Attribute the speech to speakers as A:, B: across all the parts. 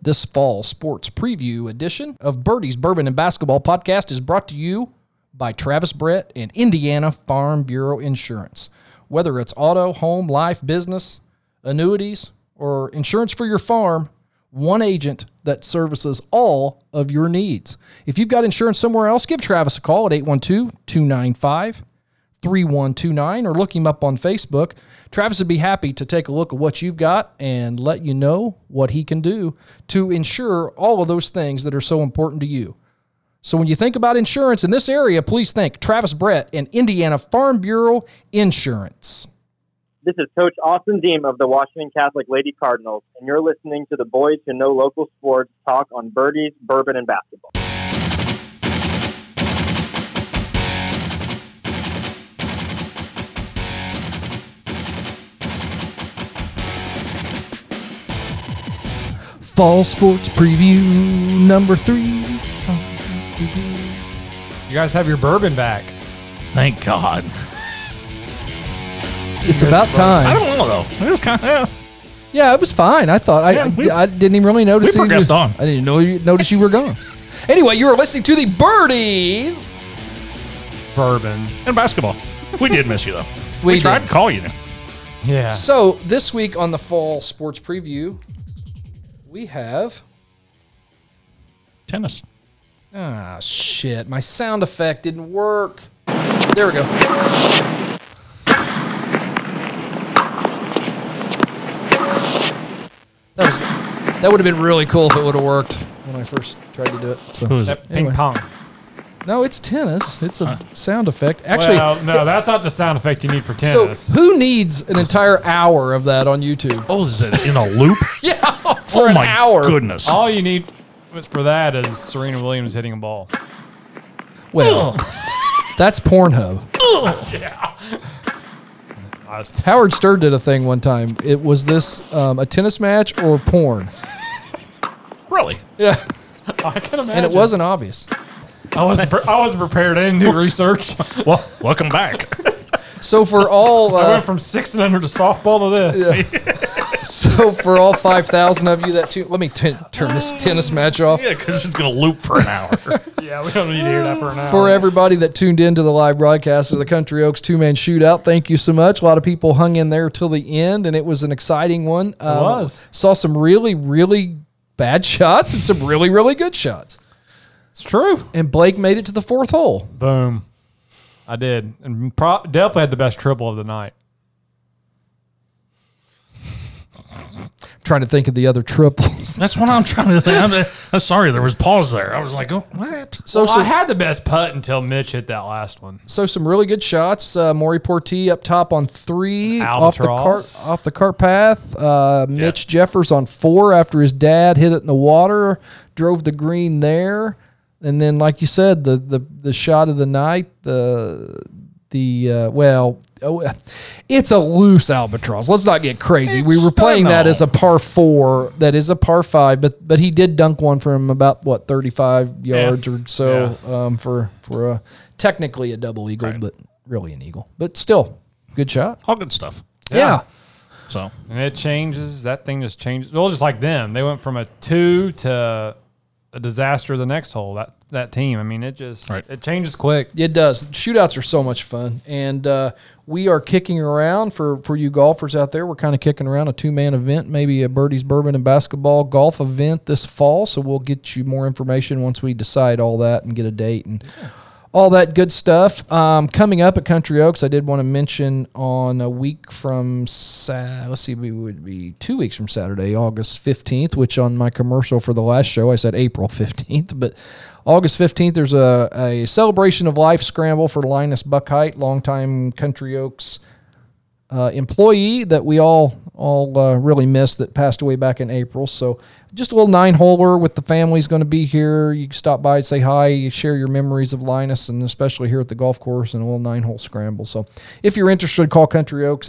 A: This fall sports preview edition of Birdie's Bourbon and Basketball podcast is brought to you by Travis Brett and Indiana Farm Bureau Insurance. Whether it's auto, home, life, business, annuities, or insurance for your farm, one agent that services all of your needs. If you've got insurance somewhere else, give Travis a call at 812 295 3129 or look him up on Facebook. Travis would be happy to take a look at what you've got and let you know what he can do to ensure all of those things that are so important to you. So when you think about insurance in this area, please think Travis Brett and Indiana Farm Bureau Insurance.
B: This is Coach Austin Deem of the Washington Catholic Lady Cardinals, and you're listening to the Boys Who Know Local Sports talk on birdies, bourbon, and basketball.
A: Fall sports preview number three.
C: You guys have your bourbon back.
D: Thank God.
A: It's about
D: I
A: time.
D: don't know though. It was kind of
A: Yeah, it was fine. I thought I,
D: Yeah, we-
A: I, I didn't even really notice.
D: we
A: that you-
D: progressed on.
A: I didn't know you notice you were gone. anyway, you are listening to the Birdies.
C: Bourbon.
D: and basketball. We did miss you though.
A: We
D: We, tried
A: did.
D: to call you.
C: Yeah.
A: So this week on the fall sports preview, we have
D: Tennis.
A: ah shit. My sound effect didn't work. There we go. That was that would have been really cool if it would have worked when I first tried to do it. So.
D: Who is
C: That
D: it?
C: ping
A: Anyway.
C: pong.
A: No, it's tennis. It's a sound effect. Actually,
C: well, no, that's not the sound effect you need for
A: so
C: tennis.
A: who needs an entire hour of that on YouTube?
D: Oh, is it in a loop?
A: Yeah,
D: oh
A: for an
D: my
A: hour.
D: goodness.
C: All you need was- for that is Serena Williams hitting a ball.
A: Well, that's Pornhub.
C: I was t-
A: Howard Stern did a thing one time. It was this um, a tennis match or porn.
D: Really?
A: Yeah,
C: I can imagine.
A: and it wasn't obvious.
C: I wasn't. Pre- I wasn't prepared. I didn't do research.
D: Well, welcome back.
A: So for all,
C: I
A: uh,
C: went from six and under to softball to this.
A: so for all five thousand of you that too. Let me t- turn this tennis match off.
D: yeah, because it's gonna loop for an hour.
C: Yeah, we don't need to hear that for an hour.
A: for everybody that tuned in to the live broadcast of the Country Oaks two man shootout. Thank you so much. A lot of people hung in there till the end, and it was an exciting one. Um,
C: was.
A: Saw some really, really bad shots and some really, really good shots.
C: it's true.
A: And Blake made it to the fourth hole.
C: Boom. I did, and pro- definitely had the best triple of the night.
A: trying to think of the other triples.
D: That's what I'm trying to think. I'm, I'm sorry, there was pause there. I was like, oh, what?
A: So,
C: Well,
A: so,
C: I had the best putt until Mitch hit that last one.
A: so some really good shots. Uh, Maury Porti up top on three, off the cart,
C: Albatross.
A: off the cart path. Uh, Mitch Jeffers on four after his dad hit it in the water, drove the green there, and then like you said, the the, the shot of the night, the the uh, well. oh, It's a loose albatross. Let's not get crazy. we
D: It's-
A: were playing that
D: no.
A: as a par four, that is a par five, but but he did dunk one from about what thirty five yards or so um, for for a technically a double eagle, but really an eagle, but still good shot.
D: All good stuff.
A: Yeah.
D: So
C: And it changes. That thing just changes. Well, just like them, they went from a two to a disaster the next hole. That that team. I mean, it just
D: Right.
C: it changes quick.
A: It does. Shootouts are so much fun, and uh, we are kicking around for for you golfers out there. We're kind of kicking around a two man event, maybe a birdies, bourbon, and basketball golf event this fall. So we'll get you more information once we decide all that and get a date and all that good stuff. Um, coming up at Country Oaks, I did want to mention on a week from sa- let's see, we would be two weeks from Saturday, August fifteenth. Which on my commercial for the last show, I said April fifteenth, but August fifteenth, there's a, a celebration of life scramble for Linus Buckheit, longtime Country Oaks uh, employee that we all all uh, really missed that passed away back in April. So just a little nine holer with the family's going to be here. You can stop by and say hi, you share your memories of Linus, and especially here at the golf course and a little nine hole scramble. So if you're interested, call Country Oaks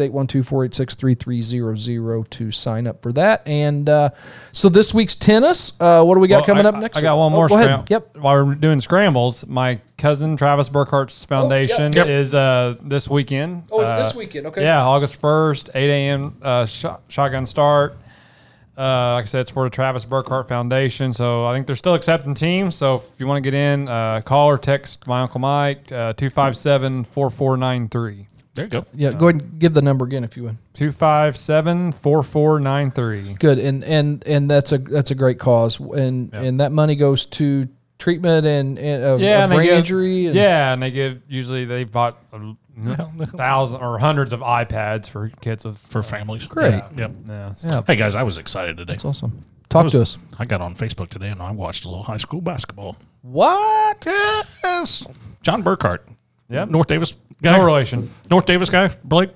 A: 812-486-3300 to sign up for that. And uh, so this week's tennis, uh, what do we got
C: Well,
A: coming
C: I-
A: up next?
C: I got
A: week?
C: one
A: Oh,
C: more.
A: go ahead.
C: scram-
A: Yep.
C: While we're doing scrambles, my cousin Travis Burkhart's foundation
D: Yep.
C: is uh, this weekend.
A: Oh, it's
C: Uh,
A: this weekend. Okay.
C: Yeah, August first, eight a.m. Uh, shot, shotgun start. Uh, like I said, it's for the Travis Burkhart Foundation. So I think they're still accepting teams. So if you want to get in, uh, call or text my Uncle Mike, uh, 257 4493.
D: There you go.
A: Yeah, go ahead and give the number again if you would.
C: 257 4493.
A: Good, and and and that's a that's a great cause, and and that money goes to treatment and, and uh,
C: Yeah,
A: yeah,
C: and they
A: brain
C: give-
A: injury. And,
C: Yeah, and they give usually they bought a thousand or hundreds of iPads for kids with
D: For families.
A: Great.
D: Yeah. Yep.
C: yeah,
A: Yeah.
D: Hey guys, I was excited today.
A: that's awesome. Talk to us.
D: I got on Facebook today and I watched a little high school basketball.
A: What?
D: Yes. Eh, John Burkhart.
C: Yep.
D: North Davis guy.
C: no relation.
D: North Davis guy. Blake.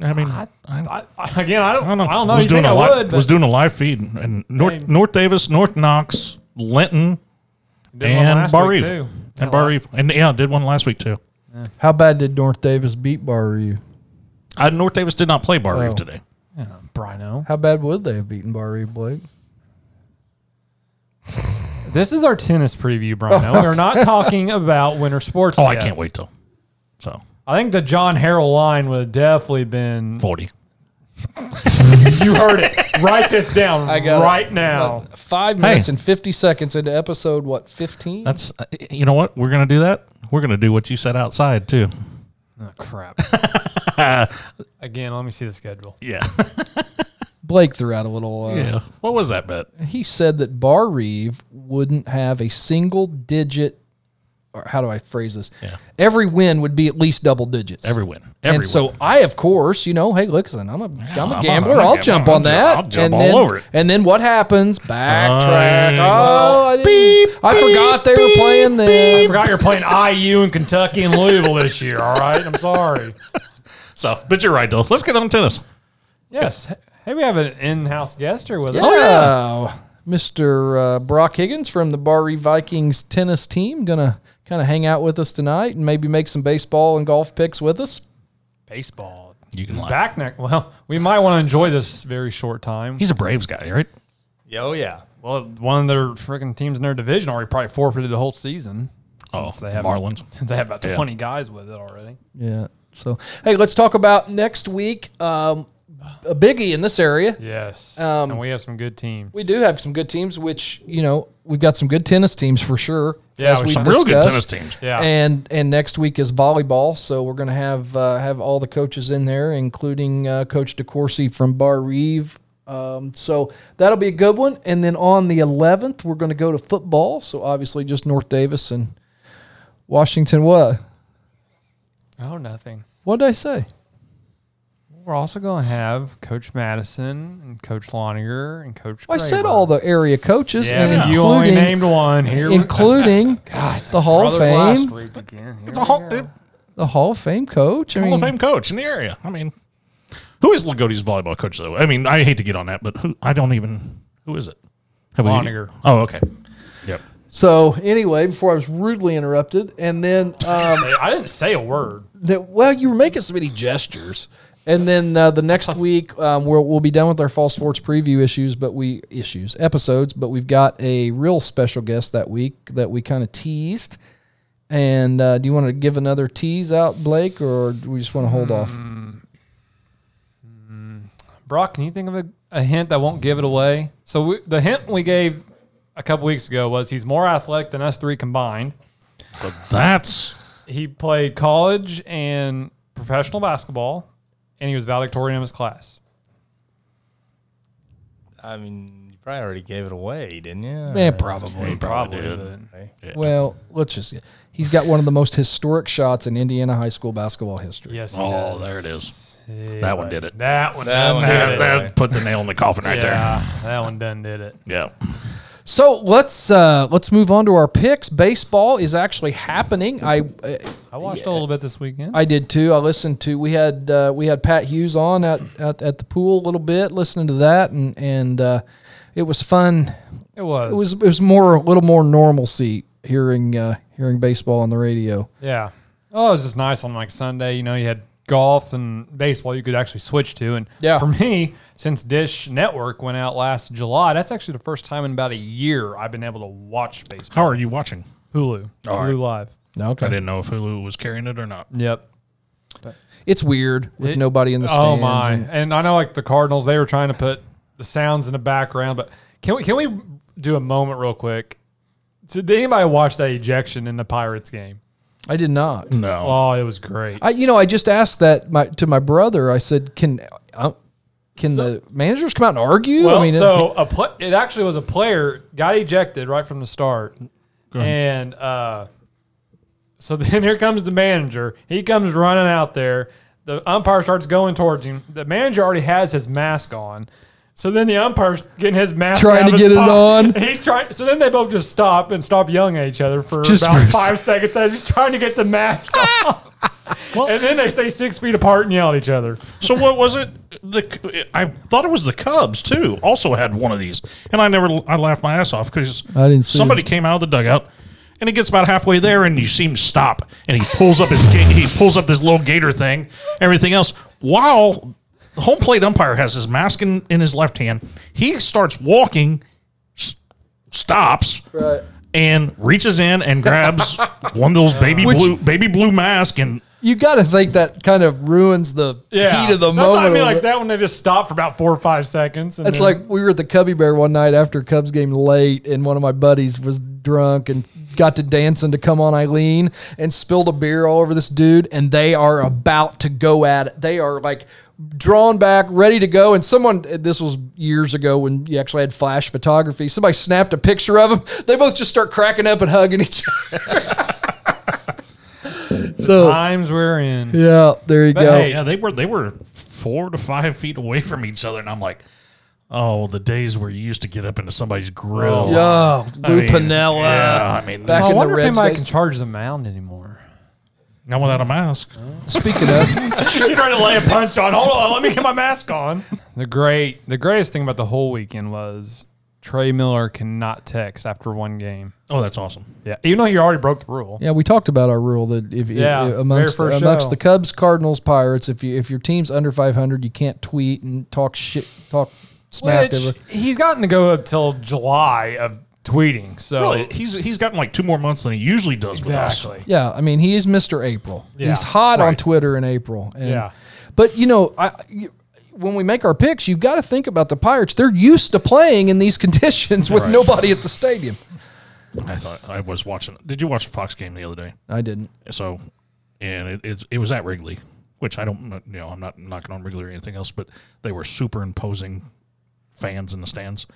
D: I mean, I,
C: I, I, again, I don't, I don't know. I don't know.
D: Was
C: You
D: doing
C: think I
D: a live,
C: would? but-
D: was doing a live feed and North
C: Hey.
D: North Davis, North Knox, Linton,
C: Did one
D: and
C: last week,
D: Bar Eve.
C: too.
D: And Bar Eve. And yeah, did one last week too.
A: How bad did North Davis beat Barreview?
D: I, North Davis did not play Bar
A: Oh.
D: Eve today.
C: Brino.
A: How bad would they have beaten Barreview, Blake?
C: This is our tennis preview, Brino.
A: Oh.
C: We're not talking about winter sports.
D: Oh, I
C: yet.
D: can't wait till. So
C: I think the John Harrell line would have definitely been.
D: forty.
C: You heard it. Write this down
A: I got it.
C: right now.
A: Uh, Five minutes and fifty seconds into episode what fifteen?
D: That's uh, you know what we're gonna do that. We're gonna do what you said outside too.
C: Oh, crap. Again, let me see the schedule.
D: Yeah,
A: Blake threw out a little. Uh,
D: yeah. What was that bet?
A: He said that Bar Reeve wouldn't have a single digit, or how do I phrase this?
D: Yeah.
A: Every win would be at least double digits.
D: Every win. Every
A: and so I, of course, you know, hey, listen, I'm a, I'm
D: I'm
A: a
D: a-
A: gambler.
D: I'm a
A: i I'll
D: gambler.
A: jump
D: I'll
A: on
D: ju-
A: that.
D: I'll jump
A: and
D: all
A: then,
D: over it.
A: And then what happens? Backtrack.
D: Hey,
A: oh, I, didn't- I forgot they were playing
C: I
A: them.
C: forgot you're playing IU and Kentucky and Louisville this year, all right? I'm sorry.
D: so, but you're right though. Let's get on tennis.
C: Yes. Hey, we have an in house guest here with us.
A: yeah. Mr. Uh, Brock Higgins from the Barrie Vikings tennis team gonna kind of hang out with us tonight and maybe make some baseball and golf picks with us.
C: Baseball.
D: You can
C: He's
D: lie.
C: back neck. Well, we might want to enjoy this very short time.
D: He's a Braves guy, right?
C: Oh yeah. Well, one of their freaking teams in their division already probably forfeited the whole season.
D: Oh,
C: Since they have
D: Marlins.
C: Since they have about
D: Yeah.
C: twenty guys with it already.
A: Yeah. So hey, let's talk about next week. Um, a biggie in this area.
C: Yes. and we have some good teams.
A: Um, We do have some good teams, which you know we've got some good tennis teams for sure.
C: Yeah,
A: as
C: we
A: we
C: should-
D: Real good
A: discussed.
D: tennis teams.
C: Yeah.
A: And and next week is volleyball, so we're going to have uh, have all the coaches in there, including uh, Coach DeCourcy from Bar Reeve. Um, so that'll be a good one. And then on the 11th, we're going to go to football. So obviously, just North Davis and Washington. What?
C: oh, nothing.
A: What did I say?
C: We're also going to have Coach Madison and Coach Loniger and Coach.
A: Well, I said
C: Graber.
A: all the area coaches,
C: Yeah,
A: and
C: but
A: including
C: you only named one. Here, we-
A: including the Hall of
C: Brothers last
A: Fame,
C: week again. Here
D: It's a Hall, dude,
A: the Hall of Fame coach. I
D: Hall
A: mean,
D: of Fame coach in the area. I mean, who is Lagodi's volleyball coach though? I mean, I hate to get on that, but who? I don't even. Who is it? Have we-
C: Loninger.
D: Oh, okay. Yep.
A: So anyway, before I was rudely interrupted, and then um,
C: we- I didn't say a word.
A: that well, you were making so many gestures, and then uh, the next week um, we'll we'll be done with our fall sports preview issues, but we issues episodes, but we've got a real special guest that week that we kind of teased. And uh, do you want to give another tease out, Blake, or do we just want to hold off?
C: Brock, can you think of a, a hint that won't give it away? So we, the hint we gave a couple weeks ago was he's more athletic than us three combined.
D: But that's
C: He played college and professional basketball, and he was valedictorian of his class.
E: I mean, you probably already gave it away, didn't you?
A: Yeah, probably.
C: Probably. but-
A: Well, let's just. He's got one of the most historic shots in Indiana high school basketball history.
C: Yes. he
D: Oh,
C: does.
D: there it is. That one did it.
C: That one.
E: That
C: done
E: one
C: did
E: did
C: it.
E: it.
D: That put the nail in the coffin right
C: Yeah, that one done did it.
D: there. Yeah.
A: So let's uh, let's move on to our picks. Baseball is actually happening. I
C: I watched a little bit this weekend.
A: I did too. I listened to we had uh, we had Pat Hughes on at, at at the pool a little bit, listening to that, and and uh, it was fun.
C: it was.
A: It was it was more a little more normalcy hearing uh, hearing baseball on the radio.
C: Yeah. Oh, it was just nice on like Sunday. You know, you had golf and baseball you could actually switch to. And
A: Yeah.
C: for me, since Dish Network went out last July, that's actually the first time in about a year I've been able to watch baseball.
D: How are you watching?
C: Hulu.
D: All
C: Hulu
D: right.
C: Live.
D: I
A: Okay,
D: didn't know if Hulu was carrying it or not.
C: Yep.
A: it's weird with
C: It-
A: nobody in the stands.
C: Oh my!
A: and-
C: And I know like the Cardinals, they were trying to put the sounds in the background. But can we can we do a moment real quick? Did anybody watch that ejection in the Pirates game?
A: I did not.
D: No.
C: Oh, it was great.
A: I, you know, I just asked that my, to my brother. I said, "Can, uh, can
C: So-
A: the managers come out and argue?"
C: Well,
A: I mean,
C: so a pla it actually was a player got ejected right from the start, and uh, so then here comes the manager. He comes running out there. The umpire starts going towards him. The manager already has his mask on. So then the umpire's getting his mask
A: Trying
C: out of
A: to
C: his
A: get it
C: pocket.
A: on.
C: He's trying. So then they both just stop and stop yelling at each other for
A: Just
C: about
A: for a
C: five seconds as he's trying to get the mask off. and then they stay six feet apart and yell at each other.
D: So what was it? The I thought it was the Cubs too. Also had one of these, and I never I laughed my ass off because
A: I didn't see
D: somebody came out of the dugout, and he gets about halfway there, and you see him stop, and he pulls up his ga- he pulls up this little gator thing, everything else. While the home plate umpire has his mask in, in his left hand, he starts walking, s- stops,
A: Right.
D: and reaches in and grabs one of those baby blue baby blue mask and
A: you got to think that kind of ruins the heat of the
C: That's
A: moment.
C: what I
A: a
C: mean,
A: little
C: like
A: bit.
C: that one, they just stopped for about four or five seconds. And
A: It's
C: then-
A: like we were at the Cubby Bear one night after a Cubs game late, and one of my buddies was drunk and got to dancing to Come On Eileen and spilled a beer all over this dude, and they are about to go at it. They are like drawn back, ready to go. And someone, this was years ago when you actually had flash photography, somebody snapped a picture of them. They both just start cracking up and hugging each other. so,
C: times we're in.
A: oh. yeah, there you go.
C: hey,
D: Yeah, they were they were four to five feet away from each other, and I'm like, oh, the days where you used to get up into somebody's grill.
A: Oh, Lou
D: mean,
A: Pinella.
D: Yeah, I mean,
A: Back
C: I
A: in the
C: wonder if
A: Reds
C: anybody
A: days.
C: can charge the mound anymore.
D: not without a mask.
A: Speaking of.
C: You're trying to lay a punch on. Hold on, let me get my mask on. The great, the greatest thing about the whole weekend was Trey Miller cannot text after one game.
D: Oh, that's awesome.
C: Yeah, even though you already broke the rule.
A: Yeah, we talked about our rule that if, if-
C: Yeah,
A: if- amongst
C: very first
A: amongst
C: show.
A: the Cubs, Cardinals, Pirates, if you if your team's under 500, you can't tweet and talk shit, talk smack.
C: Which
A: over-
C: he's gotten to go up till July of tweeting. So
D: Well, he's he's gotten like two more months than he usually does with us.
C: exactly.
A: Yeah, I mean he is Mr. April.
C: Yeah,
A: He's hot on
D: right.
A: Twitter in April. And-
C: Yeah.
A: but you know, I, you- when we make our picks, you've got to think about the Pirates. They're used to playing in these conditions with nobody at the stadium.
D: I thought I was watching. Did you watch the Fox game the other day?
A: I didn't.
D: So, and it it's, it was at Wrigley, which I don't kn- you know I'm not knocking on Wrigley or anything else, but they were superimposing fans in the stands.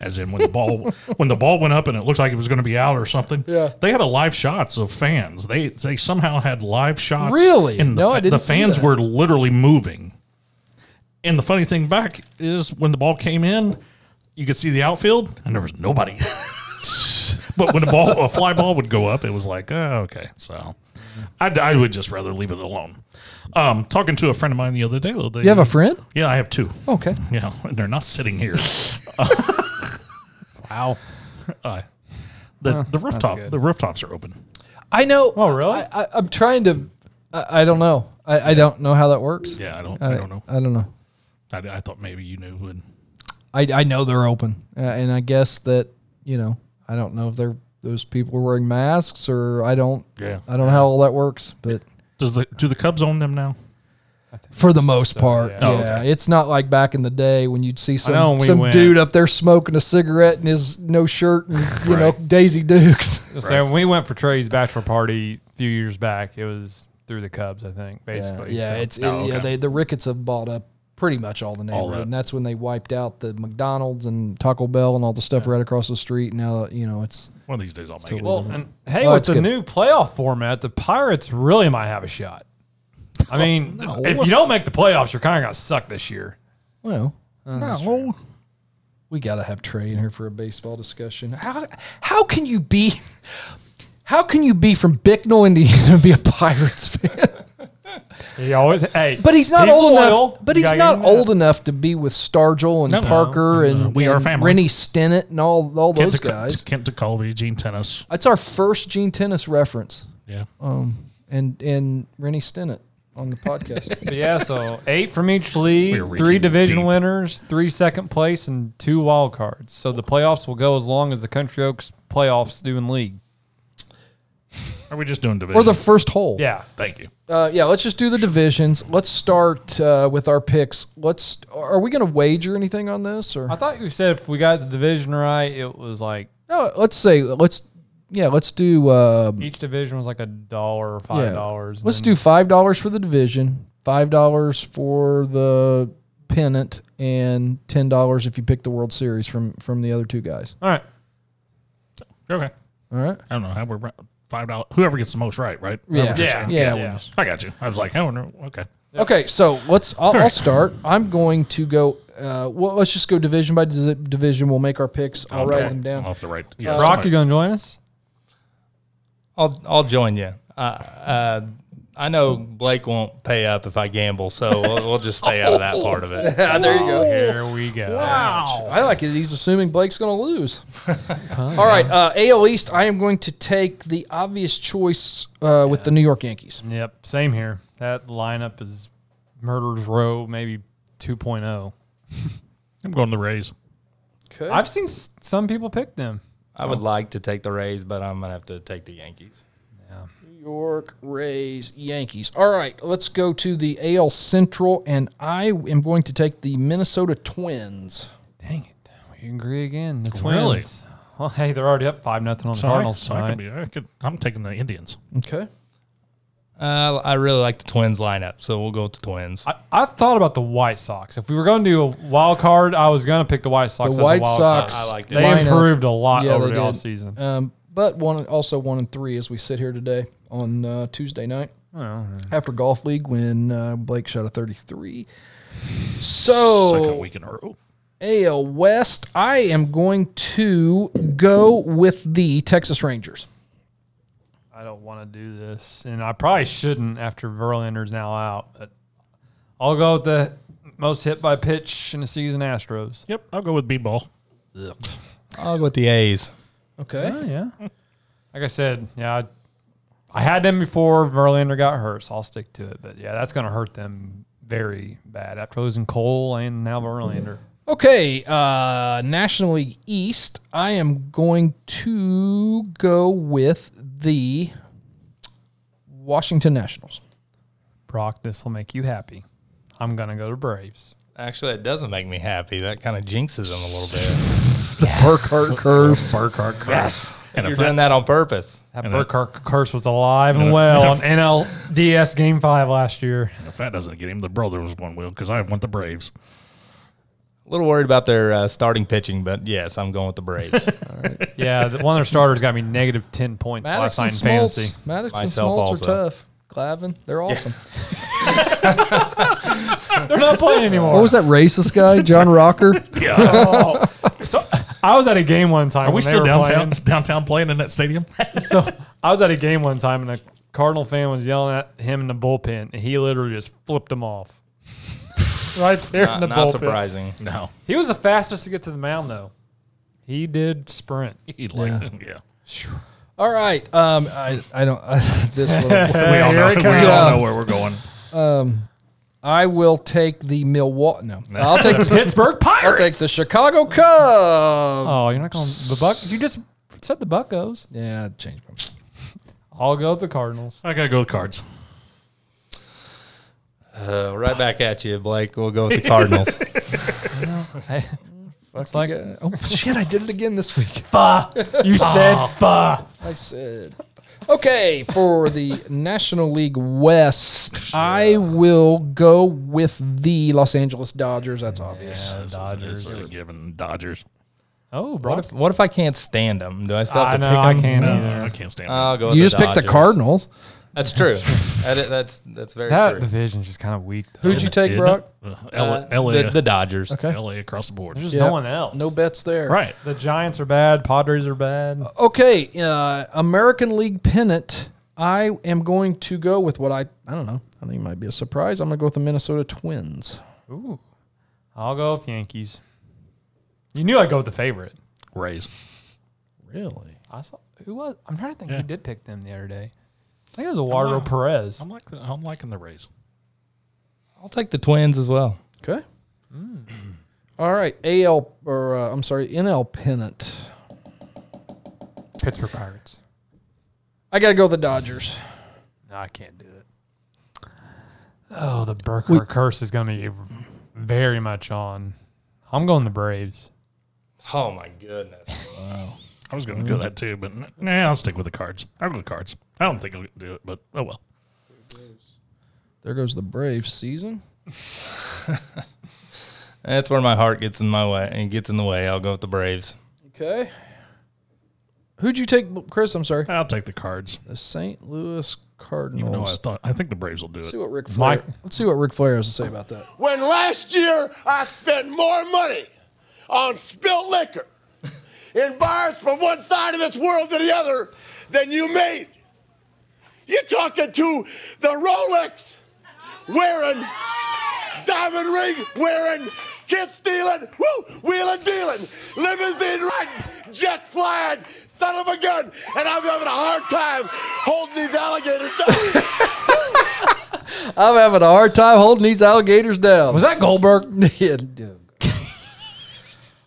D: As in when the ball when the ball went up and it looked like it was going to be out or something.
A: Yeah.
D: they had a live shots of fans. They they somehow had live shots.
A: Really?
D: and the,
A: No,
D: fa-
A: I didn't
D: The
A: see
D: fans
A: that.
D: were literally moving. And the funny thing back is when the ball came in, you could see the outfield and there was nobody. but when a ball, a fly ball would go up, it was like, oh, okay. So I, I would just rather leave it alone. Um, talking to a friend of mine the other day, though, they,
A: You have a Oh. friend?
D: Yeah, I have two.
A: Okay.
D: Yeah, and they're not sitting here.
C: Wow.
D: Uh, the the rooftop
C: good.
D: the rooftops are open.
A: I know.
C: Oh, really?
A: I, I, I'm trying to. I, I don't know. I, I don't know how that works.
D: Yeah, I don't I, don't know.
A: I don't know.
D: I, I thought maybe you knew when.
A: I, I know they're open, uh, and I guess that you know I don't know if they're those people are wearing masks or I don't.
D: Yeah.
A: I don't know how all that works, but
D: Does the do the Cubs own them now?
A: for the most part, yeah,
C: yeah.
D: Oh,
A: it's not like back in the day when you'd see
C: know
A: some
C: when we
A: some
C: went.
A: dude up there smoking a cigarette in his no shirt and you know Daisy Dukes.
C: So when we went for Trey's bachelor party a few years back, it was through the Cubs, I think,
A: Yeah,
C: basically.
A: yeah,
C: So-
A: it's
D: Oh,
A: yeah.
D: okay.
A: They the Ricketts have bought up pretty much all the neighborhood,
D: that.
A: and that's when they wiped out the McDonald's and Taco Bell and all the stuff right across the street. Now you know it's
D: One of these days I'll make it.
C: Well, and hey,
A: Oh,
C: with
A: it's
C: the
A: good.
C: new playoff format, the Pirates really might have a shot. I mean, if you don't make the playoffs, you're kind of gonna suck this year.
A: well. uh, we got to have Trey in here for a baseball discussion. How how can you be how can you be from Bicknell, Indiana, and be a Pirates fan?
C: He always hey,
A: But he's not old enough. But
C: You
A: he's
C: gotta
A: not
C: give him that.
A: old enough to be with Stargell and
D: uh, No, no.
A: Parker and,
D: We are
A: and
D: family.
A: Rennie Stennett and all all
D: Kent,
A: those
D: DeCol-
A: guys.
D: Kent DeColby, Gene Tennis.
A: That's our first Gene Tennis reference,
D: Yeah.
A: and and Rennie Stennett on the podcast.
C: But yeah, so eight from each league,
D: We're reaching
C: three division
D: deep.
C: winners, three second place, and two wild cards. So the playoffs will go as long as the Country Oaks playoffs do in league.
D: Are we just doing division?
A: Or the first hole.
C: Yeah.
D: Thank you.
A: Uh, yeah, let's just do the divisions. Let's start uh, with our picks. Let's. Are we going to wager anything on this, or
C: I thought you said if we got the division right, it was like
A: no? Let's say let's. Yeah, let's do. Um,
C: each division was like a dollar or
A: yeah.
C: five dollars.
A: Let's do five dollars for the division, five dollars for the pennant, and ten dollars if you pick the World Series from from the other two guys.
C: All right.
D: Okay.
A: All right.
D: I don't know how we're five dollars. Whoever gets the most right, right?
A: Yeah.
D: Whoever-
A: Yeah. Yeah.
C: Yeah. Yeah.
D: I got you. I was like, I don't know. Okay.
A: Okay, so let's. I'll, I'll start. I'm going to go. Uh, well, let's just go division by di- division. We'll make our picks. I'll
D: Okay.
A: write them down. Uh,
D: I'll have to write. Yeah,
C: Brock, you gonna join us?
E: I'll I'll join you. Uh, uh, I know Blake won't pay up if I gamble, so we'll, we'll just stay out of that part of it.
A: there you go.
D: Here we go. Wow.
A: I like it. He's assuming Blake's going to lose. All right, uh, AL East. I am going to take the obvious choice uh, with the New York Yankees.
C: Yep. Same here. That lineup is murderers row, maybe 2.0.
D: I'm going to the Rays.
A: Okay.
C: I've seen s- some people pick them.
E: I would like to take the Rays, but I'm gonna have to take the Yankees.
A: New York Rays Yankees. All right, let's go to the AL Central, and I am going to take the Minnesota Twins.
C: Dang it. We agree again. The
D: Really?
C: Twins. Well, hey, they're already up 5 nothing on the
D: So, I,
C: Cardinals
D: so I
C: tonight.
D: could be. I could. I'm taking the Indians.
A: Okay.
E: Uh, I really like the Twins lineup, so we'll go with the Twins.
C: I, I've thought about the White Sox. If we were going to do a wild card, I was going to pick the White Sox.
A: The
C: as a
A: White
C: wild
A: Sox.
E: I like that.
C: They
A: lineup-
C: improved a lot over
A: they
C: the
A: did.
C: offseason.
A: Um, but one also one and three as we sit here today on uh, Tuesday night after golf league when uh, Blake shot a thirty three.
D: Second
A: So
D: week in a row.
A: AL West, I am going to go with the Texas Rangers.
C: I don't want to do this, and I probably shouldn't after Verlander's now out. But I'll go with the most hit by pitch in the season Astros.
D: Yep. I'll go with B-ball.
E: I'll go with the A's.
A: Okay.
C: yeah. Like I said, yeah, I, I had them before Verlander got hurt, so I'll stick to it. But yeah, that's going to hurt them very bad after losing Cole and now Verlander.
A: Okay, uh, National League East. I am going to go with the Washington Nationals.
C: Brock, this will make you happy. I'm going to go to Braves.
E: Actually, it doesn't make me happy. That kind of jinxes them a little bit.
A: Burkhart curse.
D: Burkhart. Yes. And
E: You're
D: if
E: doing
D: that,
E: that on purpose.
C: That
D: And I-
C: Burkhart curse was alive and well on NLDS Game 5 last year.
D: if that doesn't get him, the brother was one wheel because I want the Braves.
E: A little worried about their uh, starting pitching, but yes, I'm going with the Braves.
C: Yeah, the, one of their starters got me negative 10 points
A: Maddox and
C: last
A: Smoltz.
C: night in fantasy.
A: Maddox
E: Myself
A: and Smoltz
E: also.
A: are tough. Clavin, they're awesome.
C: They're not playing anymore.
A: What was that racist guy, John Rocker?
C: So, I was at a game one time.
D: Are we
C: when they
D: still
C: were
D: downtown?
C: playing.
D: Downtown playing in that stadium?
C: so I was at a game one time and a Cardinal fan was yelling at him in the bullpen, and he literally just flipped him off. right there in
E: not
C: the
E: not
C: bullpen.
E: surprising.
D: no.
C: He was the fastest to get to the mound, though. He did sprint.
D: He'd like. Yeah.
A: All right. Um, I, I don't. this little,
D: We all
C: here
D: know.
C: it
D: We all know
A: comes.
D: where we're going.
A: I will take the Milwaukee. No, I'll take the,
C: Pittsburgh
A: I'll
C: Pirates.
A: take the Chicago Cubs.
C: oh, you're not going the Buck. You just said the Buckos.
A: Yeah, I'd change. my mind.
C: I'll go with the Cardinals.
D: I gotta go with cards.
E: Uh, right back at you, Blake. We'll go with the Cardinals.
A: Fuck like, oh shit! I did it again this week.
C: You said fuck.
A: I said. Okay, for the National League West, I will go with the Los Angeles Dodgers. That's obvious.
D: This is a given Dodgers.
C: Oh, bro.
E: what if what if I can't stand them? Do I still have
C: I
E: to
C: know
E: pick
C: I
E: 'em?
C: can't either.
D: I can't stand.
E: I'll go. With
A: You
E: the
A: just picked the
E: Dodgers.
A: Cardinals.
E: That's true. that, i- that's that's very
C: That
E: true.
C: division's just kind of weak. Though.
A: Who'd you take,
D: Did-
A: Brock?
D: Uh,
E: Uh,
D: L- LA,
E: the, the Dodgers.
A: Okay.
D: LA across the board.
C: There's
A: Yeah.
C: no one else.
A: No bets there.
D: Right.
C: The Giants are bad. Padres are bad.
A: Okay, uh, American League pennant. I am going to go with what I I don't know. I think it might be a surprise. I'm going to go with the Minnesota Twins.
C: Ooh. I'll go with the Yankees. You knew I'd go with the favorite.
D: Rays.
A: Really?
C: I saw who was I'm trying to think
D: Yeah.
C: who did pick them the other day. I think it was Eduardo Perez.
D: I'm like the, I'm liking the Rays.
E: I'll take the Twins as well.
A: Okay. All right, AL or uh, I'm sorry, NL pennant.
C: Pittsburgh Pirates.
A: I got to go with the Dodgers.
C: No, I can't do it. Oh, the Burkhardt curse is going to be very much on. I'm going the Braves.
E: Oh my goodness.
D: I was going to go that too, but n- nah, I'll stick with the cards. I'll go cards. I don't think I'll do it, but oh well.
A: There goes the Braves season.
E: That's where my heart gets in my way and gets in the way. I'll go with the Braves.
A: Okay. Who'd you take, Chris? I'm sorry.
D: I'll take the cards.
A: The St. Louis
D: You know,
A: Cardinals.
D: I thought I think the Braves will do
A: Let's
D: it.
A: see what Rick Flair.
C: Mike-
A: Let's see what Ric Flair has to say about that.
F: when last year I spent more money on spilt liquor in bars from one side of this world to the other than you made. You're talking to the Rolex wearing, diamond ring wearing, kiss stealing, woo, wheeling dealing, limousine riding, jet flying, son of a gun, and I'm having a hard time holding these alligators down.
A: I'm having a hard time holding these alligators down.
C: Was that Goldberg?
A: Yeah, yeah.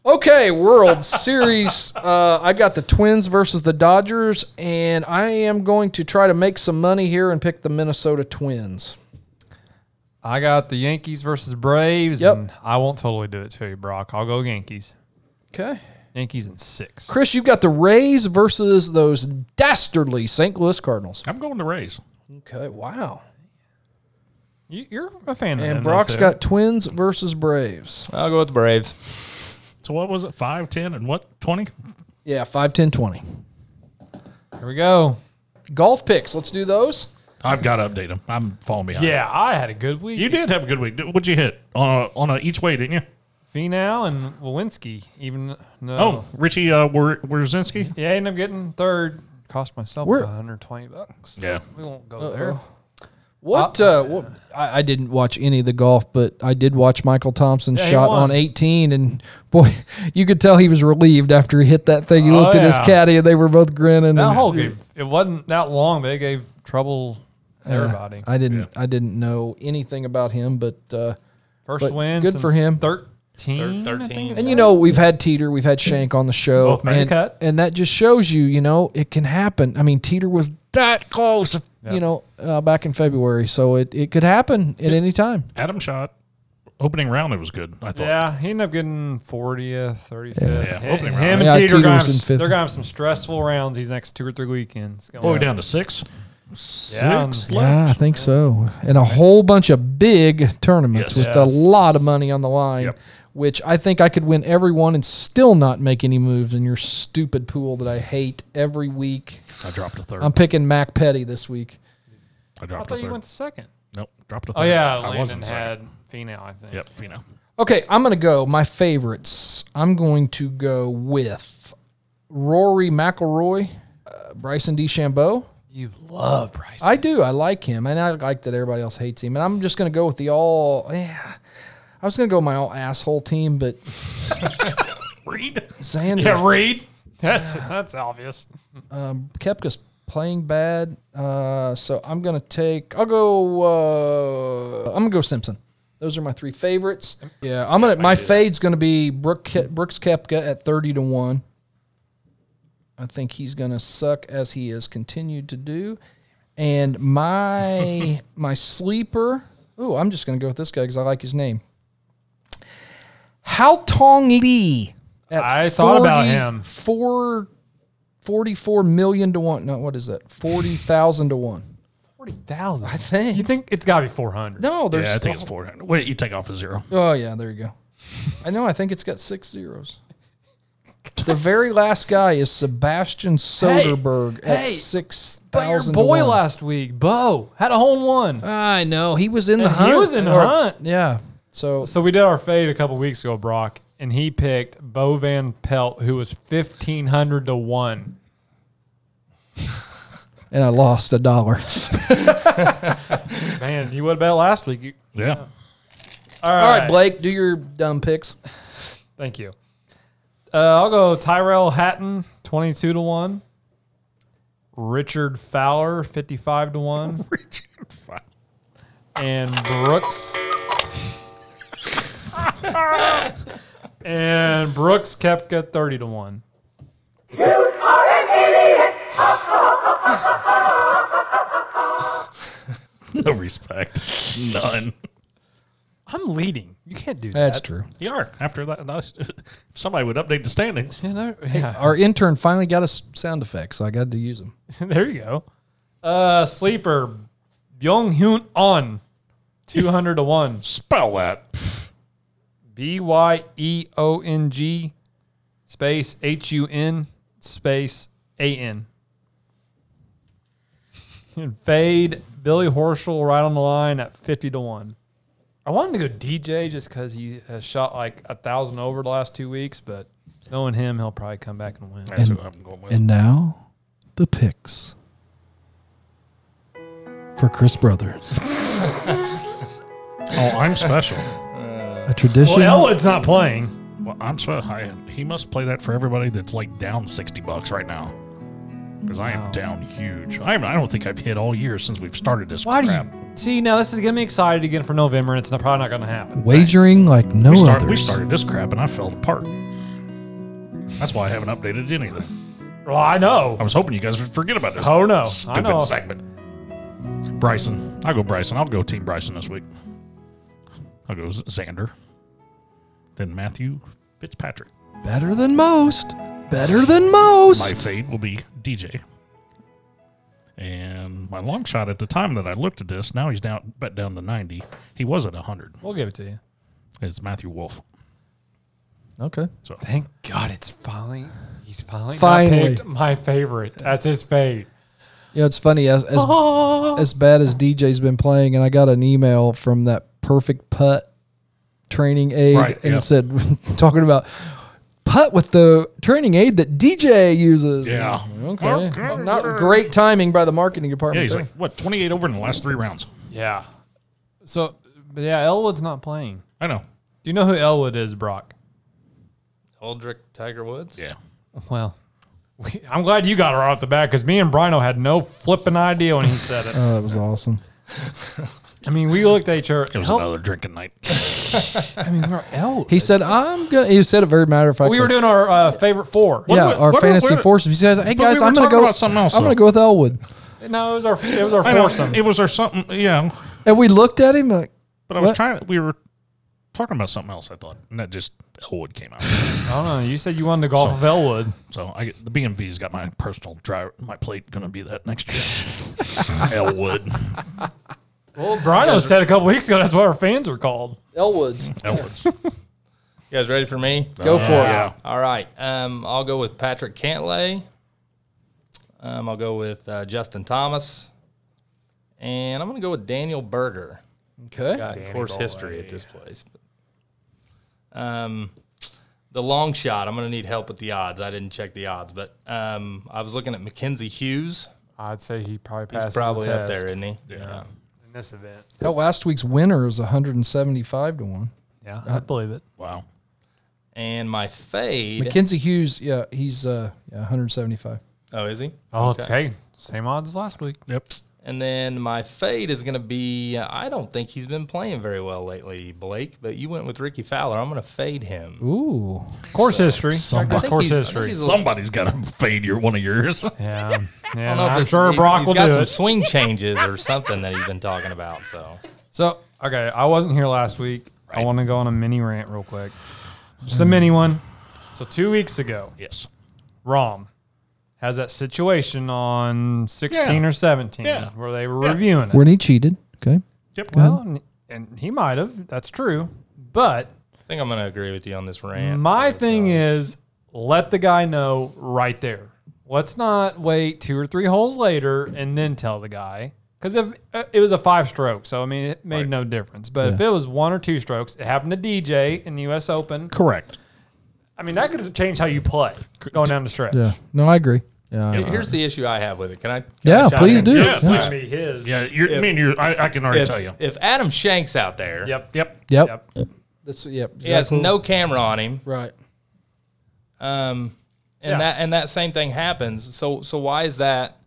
A: okay, World Series. Uh, I got the Twins versus the Dodgers, and I am going to try to make some money here and pick the Minnesota Twins.
C: I got the Yankees versus Braves.
A: Yep.
C: And I won't totally do it to you, Brock. I'll go Yankees.
A: Okay.
C: Yankees in six.
A: Chris, you've got the Rays versus those dastardly St. Louis Cardinals.
D: I'm going to Rays.
A: Okay, wow.
C: You, you're a fan of
A: And
C: them,
A: Brock's
C: too.
A: got Twins versus Braves.
E: I'll go with the Braves.
D: So what was it? Five, ten, and what? Twenty?
A: Yeah, 5, 10, 20.
C: Here we go.
A: Golf picks. Let's do those.
D: I've got to update them. I'm falling behind.
C: Yeah, I had a good week.
D: You did have a good week. What'd you hit on a, on a each way? Didn't you?
C: Finau and Walensky. Even no.
D: Oh, Richie uh, Wor- Wierzynski?
C: Yeah, I ended up getting third. Cost myself
A: We're-
C: 120 bucks.
D: Yeah.
C: We won't go there.
A: What? Uh, what I, I didn't watch any of the golf, but I did watch Michael Thompson
C: he
A: shot
C: won.
A: on 18, and boy, you could tell he was relieved after he hit that thing. He
C: Oh,
A: looked at his
C: yeah.
A: caddy, and they were both grinning.
C: That
A: and-
C: whole game, it wasn't that long, but it gave trouble to everybody.
A: uh, I didn't. I didn't know anything about him, but uh,
C: First
A: but
C: win.
A: good
C: since
A: for him.
C: 13.
E: Thir-
C: I think
E: 13.
C: it's-
A: and you know we've had Teeter, we've had Shank on the show,
C: Both made the
A: and,
C: cut.
A: and that just shows you, you know, it can happen. I mean, Teeter was that close, you know, uh, back in February, so it, it could happen at any time.
D: Adam shot. Opening round, it was good. I thought.
C: Yeah, he ended up getting 40th, 35th.
D: Yeah,
C: Him-
D: opening round.
C: Him and
A: Yeah,
C: Teeter,
A: Teeter
C: are gonna
A: was
C: have
A: in
C: s- they're
A: fifth.
C: going to have some stressful rounds these next two or three weekends. Going
D: Oh, we're
C: up.
D: down to six.
C: Yeah. Um,
D: Six
A: Yeah, I
D: left.
A: think so. And a whole bunch of big tournaments
D: Yes.
A: with a lot of money on the line,
D: Yep.
A: which I think I could win every one and still not make any moves in your stupid pool that I hate every week.
D: I dropped a 3rd
A: I'm picking Mac Petty this week.
D: I
C: I
D: dropped a
C: thought
D: third.
C: you went to second.
D: nope, dropped a third.
C: Oh, yeah.
D: I
C: Landon
D: wasn't second.
C: had Finau, I think.
D: Yep, you know.
A: Okay, I'm going to go my favorites. I'm going to go with Rory McIlroy, uh, Bryson DeChambeau.
C: You love Bryce.
A: I do. I like him, and I like that everybody else hates him. And I'm just gonna go with the all. Yeah, I was gonna go with my all asshole team, but
D: Reed.
A: Xander
C: Yeah, Reed. That's that's obvious.
A: Kepka's playing bad, uh, so I'm gonna take. I'll go. Uh, I'm gonna go Simpson. Those are my three favorites. Yeah, I'm gonna. My fade's gonna be Brooke, Ke- Brooks Kepka at thirty to one. I think he's gonna suck as he has continued to do, and my my sleeper. Ooh, I'm just gonna go with this guy because I like his name. Hao Tong Lee. at
C: I thought about him.
A: Four, 44 million to one. No, what is that? 40,000 to one.
C: 40,000. I
A: think.
C: You think it's got to be 400.
A: No, there's.
D: Yeah, I think it's four hundred. Wait, you take off a zero.
A: Oh, yeah, there you go. I know, I think it's got six zeros. The very last guy is Sebastian Soderberg at
C: hey,
A: 6,000 to
C: boy
A: one.
C: last week, Bo, had a hole in one.
A: I know. He was in the
C: And he
A: hunt.
C: was in the hunt.
A: Yeah. So,
C: So we did our fade a couple weeks ago, Brock, and he picked Bo Van Pelt, who was 1,500 to 1.
A: and I lost a dollar.
C: Man, you would have bet last week. You-
D: Yeah.
A: All right, Blake, do your dumb picks.
C: Thank you. Uh, I'll go Tyrell Hatton, 22 to 1. Richard Fowler, 55 to 1.
D: Richard Fowler.
C: And Brooks. and Brooks Kepka, 30 to 1.
D: respect. None.
C: I'm leading. You can't do
A: That's
C: that.
A: true.
D: You are. After that, that's- somebody would update the standings.
C: You know, yeah.
A: Our intern finally got us sound effects, so I got to use them.
C: there you go. Uh, sleeper Byung Hyun On, two hundred to one.
D: Spell that.
C: B y e o n g space h u n space a n. And fade Billy Horschel right on the line at fifty to one. I wanted to go DJ just because he has shot like a thousand over the last two weeks, but knowing him, he'll probably come back and win.
D: That's what I'm going with.
A: And now, the picks for Chris Brothers.
D: Oh, I'm special.
A: A tradition.
C: Well, Elwood's not playing.
D: well, I'm special. I, he must play that for everybody that's like down 60 bucks right now. Because I am down huge. I, am, I don't think I've hit all year since we've started this
C: Why do
D: crap.
C: you see? Now this is getting me excited again for November, and it's not, probably not going to happen.
A: wagering like no
D: we, start,
A: others.
D: we started this crap and I fell apart. That's why I haven't updated anything.
C: Well, I know.
D: I was hoping you guys would forget about this.
C: Oh, no. I
D: Stupid
C: know.
D: segment. Bryson. I'll go Bryson. I'll go Team Bryson this week. I'll go Z- Xander. Then Matthew Fitzpatrick.
A: Better than most. Better than
D: My
A: most.
D: fade will be DJ. And my long shot at the time that I looked at this, now he's down bet down to 90. He was at 100.
C: We'll give it to you.
D: It's Matthew Wolf.
A: Okay.
D: So
C: Thank God it's finally he's finally,
A: Finally.
C: picked my favorite. That's his fate.
A: Yeah, it's funny. As, as,
C: Ah.
A: as bad as DJ's been playing, and I got an email from that perfect putt training aid,
D: Right,
A: and
D: yeah.
A: it said, talking about putt with the training aid that DJ uses.
D: Yeah.
A: Okay. Well, not great timing by the marketing department.
D: Yeah, he's
A: there.
D: like, what, 28 over in the last three rounds?
C: Yeah. So but yeah, Elwood's not playing.
D: I know.
C: Do you know who Elwood is, Brock?
E: Aldrich Tiger Woods.
D: Yeah.
C: Well, we, I'm glad you got her off the back because me and Brino had no flipping idea when he said it.
A: Oh, that was awesome.
C: I mean, we looked at each other.
D: It was
C: "El-
D: another drinking night.
C: I mean, we're Elwood.
A: He said, "I'm gonna." He said it very matter of fact.
C: we were doing our uh, favorite four.
A: yeah,
D: What-
A: our
D: what-
A: fantasy
D: what-
A: forces. He said, "Hey
D: But we
A: guys,
D: were
A: I'm gonna
D: talking
A: go.
D: about something else,
A: I'm gonna
D: though.
A: go with Elwood."
C: No, it was our it was our
D: I know.
C: foursome.
D: It was there something. Yeah.
A: And we looked at him like,
D: But I was
A: What?
D: trying. We were talking about something else, I thought. And that just Elwood came out.
C: I don't know. You said you wanted to golf with Elwood.
D: so I get, the BMV's got my personal driver, my plate going to be that next year. Elwood.
C: Well, Brino said a couple weeks ago that's what our fans were called.
A: "Elwood's,
D: Elwood's.
E: You guys ready for me?
A: go for it."
D: Uh, Yeah.
E: All right. Um, I'll go with Patrick Cantlay. Um, I'll go with uh, Justin Thomas. And I'm going to go with Daniel Berger.
A: Okay.
E: Got course history at this place. um, the long shot, I'm going to need help with the odds. I didn't check the odds, but um, I was looking at Mackenzie Hughes.
C: I'd say he probably
E: He's
C: passed.
E: probably up there, isn't he? Yeah.
C: in this event.
A: That last week's winner was 175 to one.
C: Yeah, I believe it.
D: Wow.
E: And my fade.
A: Mackenzie Hughes, yeah, he's uh, yeah, 175.
E: oh, is he?
C: Oh, it's, hey, same odds as last week.
D: Yep.
E: And then my fade is going to be I don't think he's been playing very well lately, Blake, but you went with Ricky Fowler. I'm going to fade him.
A: Ooh,
C: Course history.
E: I think
C: course
E: he's- I think
C: history.
E: he's a-
D: Somebody's got to fade your one of yours.
C: Yeah, yeah.
E: I don't
C: and
E: know if
C: I'm
E: it's-
C: sure
E: he-
C: Brock
E: he's
C: will do
E: got some
C: it.
E: swing changes or something that he's been talking about. So
C: so, okay, I wasn't here last week. I want to go on a mini rant real quick. Just a mini one. So two weeks ago,
D: yes.
C: Rom has that situation on 16
D: Yeah.
C: or 17
D: Yeah.
C: where they were reviewing it.
A: when he cheated. Okay,
D: Yep.
C: well, and- and he might have. That's true. But
E: I think I'm going to agree with you on this rant.
C: My thing is, let the guy know right there. Let's not wait two or three holes later and then tell the guy. Because if uh, it was a five stroke, so I mean, it made no difference. But if it was one or two strokes, it happened to DJ in the U.S. Open.
D: Correct.
C: I mean, that could have changed how you play going down the stretch.
A: yeah, no, I agree. Yeah, I-
E: Here's the issue I have with it. Can I? can
A: Yeah,
E: I chime
A: Oh, please
E: in?
A: do.
D: Yeah,
A: Yeah.
C: Which be his.
D: Yeah. You're, I mean, you're, I, I can already
E: If,
D: tell you.
E: if Adam Shanks out there,
C: Yep.
D: Yep.
A: Yep.
C: Yep.
A: That's yep.
E: he has no camera on him.
A: Right.
E: Um, and
C: Yeah.
E: that and that same thing happens. So so why is that?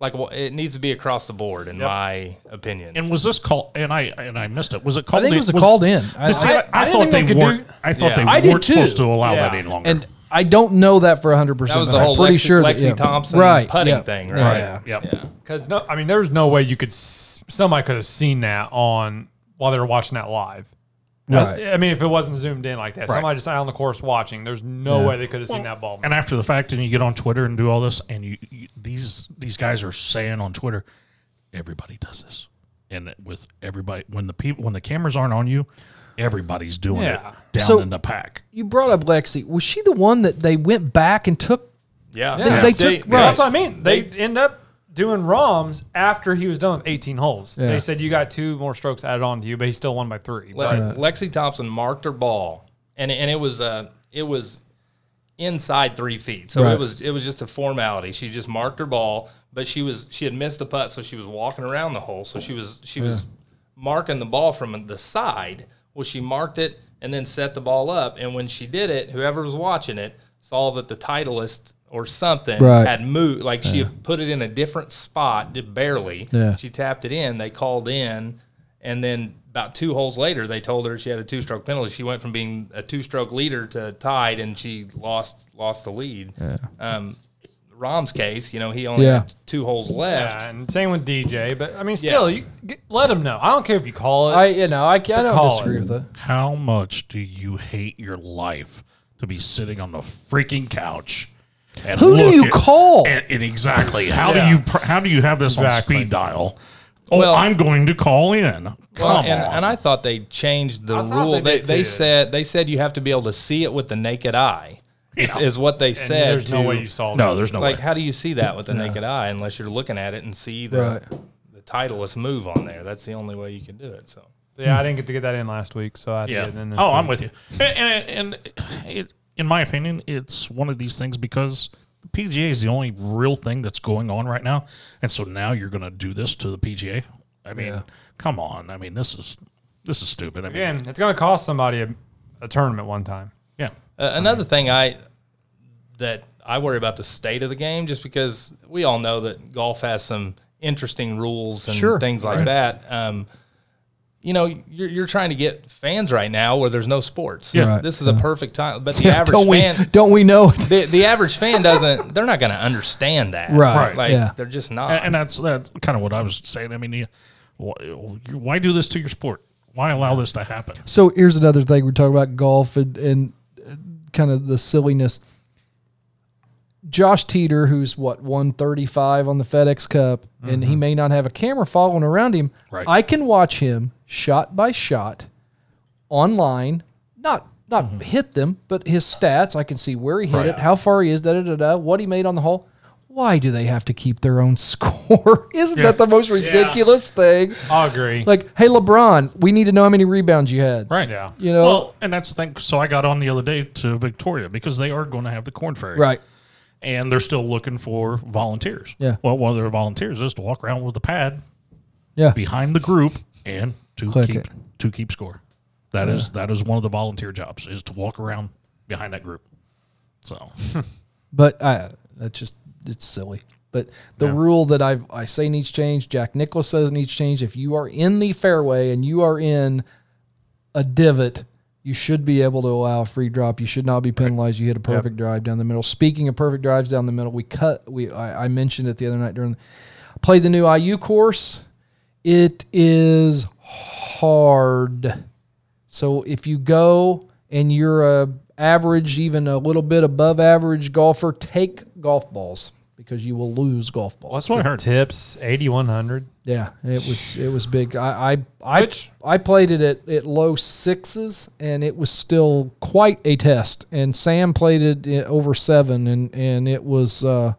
E: Like wh- it needs to be across the board, in my opinion.
D: And was this call? And I and I missed it. Was it
A: I
D: called?
A: think it
D: in-
A: was a called in. I,
D: But see,
A: I-
D: I, I
C: I didn't
D: thought
C: think
D: they
C: they could
D: weren't.
C: do-
D: I thought
E: Yeah.
D: they
A: I did
D: weren't supposed
A: too.
D: to allow
C: Yeah.
D: that any longer.
A: and I don't know that for 100%.
E: That was
A: but
E: the
A: I'm
E: whole
A: pretty
E: Lexi,
A: sure
E: Lexi
A: that, yeah.
E: Thompson
A: right,
E: putting
A: yeah.
E: thing,
A: Yeah.
E: right?
D: Yep.
E: Yeah.
C: Because no, I mean, there's no way you could. s- Somebody could have seen that on while they were watching that live.
A: Right.
C: I, I mean, if it wasn't zoomed in like that, somebody just out on the course watching. There's no way they could have seen that ball.
D: and after the fact, and you get on Twitter and do all this, and you, you these these guys are saying on Twitter, everybody does this, and that with everybody when the people when the cameras aren't on you, everybody's doing
C: Yeah.
D: it down
A: So-
D: in the pack.
A: You brought up Lexi. Was she the one that they went back and took?
E: Yeah.
A: They, they took.
E: yeah.
A: right.
C: That's what I mean. They end up doing ROMs after he was done with 18 holes.
A: Yeah.
C: They said you got two more strokes added on to you, but he still won by three.
E: Le- Lexi Thompson marked her ball, and and it was uh it was inside three feet, so
A: Right.
E: it was it was just a formality. She just marked her ball, but she was she had missed the putt, so she was walking around the hole. So she was she was marking the ball from the side. Well, she marked it and then set the ball up, and when she did it, whoever was watching it saw that the titleist or something
A: Right.
E: had moved, like she had put it in a different spot, did barely.
A: Yeah.
E: She tapped it in. They called in, and then about two holes later, they told her she had a two-stroke penalty. She went from being a two-stroke leader to tied, and she lost lost the lead. Um, Rom's case, you know, he only
A: Yeah.
E: had two holes left.
C: Yeah, and same with DJ, but I mean, still, you get, let him know. I don't care if you call it.
A: I, you know, I, I don't
C: caller.
A: disagree with that.
D: How much do you hate your life to be sitting on the freaking couch? And
A: Who do
D: look
A: you call?
D: And, and exactly how
C: Yeah.
D: do you pr- how do you have this
C: Exactly.
D: on speed dial? Oh,
E: Well-
D: I'm going to call in.
E: Well,
D: Come
E: and,
D: on.
E: and I thought they changed the
C: I thought
E: rule.
C: they
E: They, they,
C: did too.
E: said they said you have to be able to see it with the naked eye. Is,
D: Yeah.
E: is what they
C: and
E: said.
C: there's no
E: to-
C: way you saw
D: no,
C: that.
D: there's no
E: like
D: way.
E: how do you see that with the naked eye unless you're looking at it and see the
A: Right.
E: the titleist move on there? That's the only way you can do it. So
C: Yeah, I didn't get to get that in last week, so I had
D: Yeah.
C: to get it in this
D: oh, I'm
C: week.
D: with you. And, and, and it, in my opinion, it's one of these things because the PGA is the only real thing that's going on right now, and so now you're going to do this to the PGA. I mean, come on. I mean, this is this is stupid. I mean,
C: Again, it's going to cost somebody a, a tournament one time.
D: yeah.
E: Uh, another thing I that I worry about the state of the game, just because we all know that golf has some interesting rules and
A: Sure,
E: things like that. Um, you know, you're, you're trying to get fans right now where there's no sports.
A: Yeah. Right,
E: this is a perfect time, but the average
A: don't we?
E: fan,
A: Don't we know it?
E: the, the average fan doesn't. They're not going to understand that,
A: Right, Right.
E: Like
A: yeah. Uh,
E: they're just not.
C: Uh,
D: And, and that's that's kind of what I was saying. I mean, you, why, you- why do this to your sport? Why allow this to happen?
A: So here's another thing we're talking about golf and, and kind of the silliness. Josh Teeter, who's what 135 on the FedEx Cup, and he may not have a camera following around him.
D: Right.
A: I can watch him shot by shot online. Not not hit them, but his stats. I can see where he hit it, how far he is, da da da da, what he made on the hole. Why do they have to keep their own score? Isn't that the most ridiculous thing?
C: I agree.
A: Like, hey LeBron, we need to know how many rebounds you had.
D: Right.
C: Yeah.
A: You know.
D: Well, and that's the thing. So I got on the other day to Victoria because they are going to have the corn ferry.
A: Right.
D: and they're still looking for volunteers.
A: Yeah.
D: Well, one of their volunteers is to walk around with a pad
A: Yeah.
D: behind the group and to
A: Click
D: keep
A: it.
D: to keep score. That is that is one of the volunteer jobs is to walk around behind that group. So
A: But I, that's just it's silly. But the rule that I I say needs change. Jack Nicholas says needs change. If you are in the fairway and you are in a divot, you should be able to allow a free drop. You should not be penalized. You hit a perfect drive down the middle. Speaking of perfect drives down the middle, we cut. We I, I mentioned it the other night during. I played the new IU course. It is hard. So if you go and you're a average, even a little bit above average golfer, take golf balls because you will lose golf balls.
D: that's what I heard.
C: Tips 8100.
A: Yeah, it was it was big. I I I, I played it at, at low sixes, and it was still quite a test. And Sam played it i- over seven, and and it was. Uh,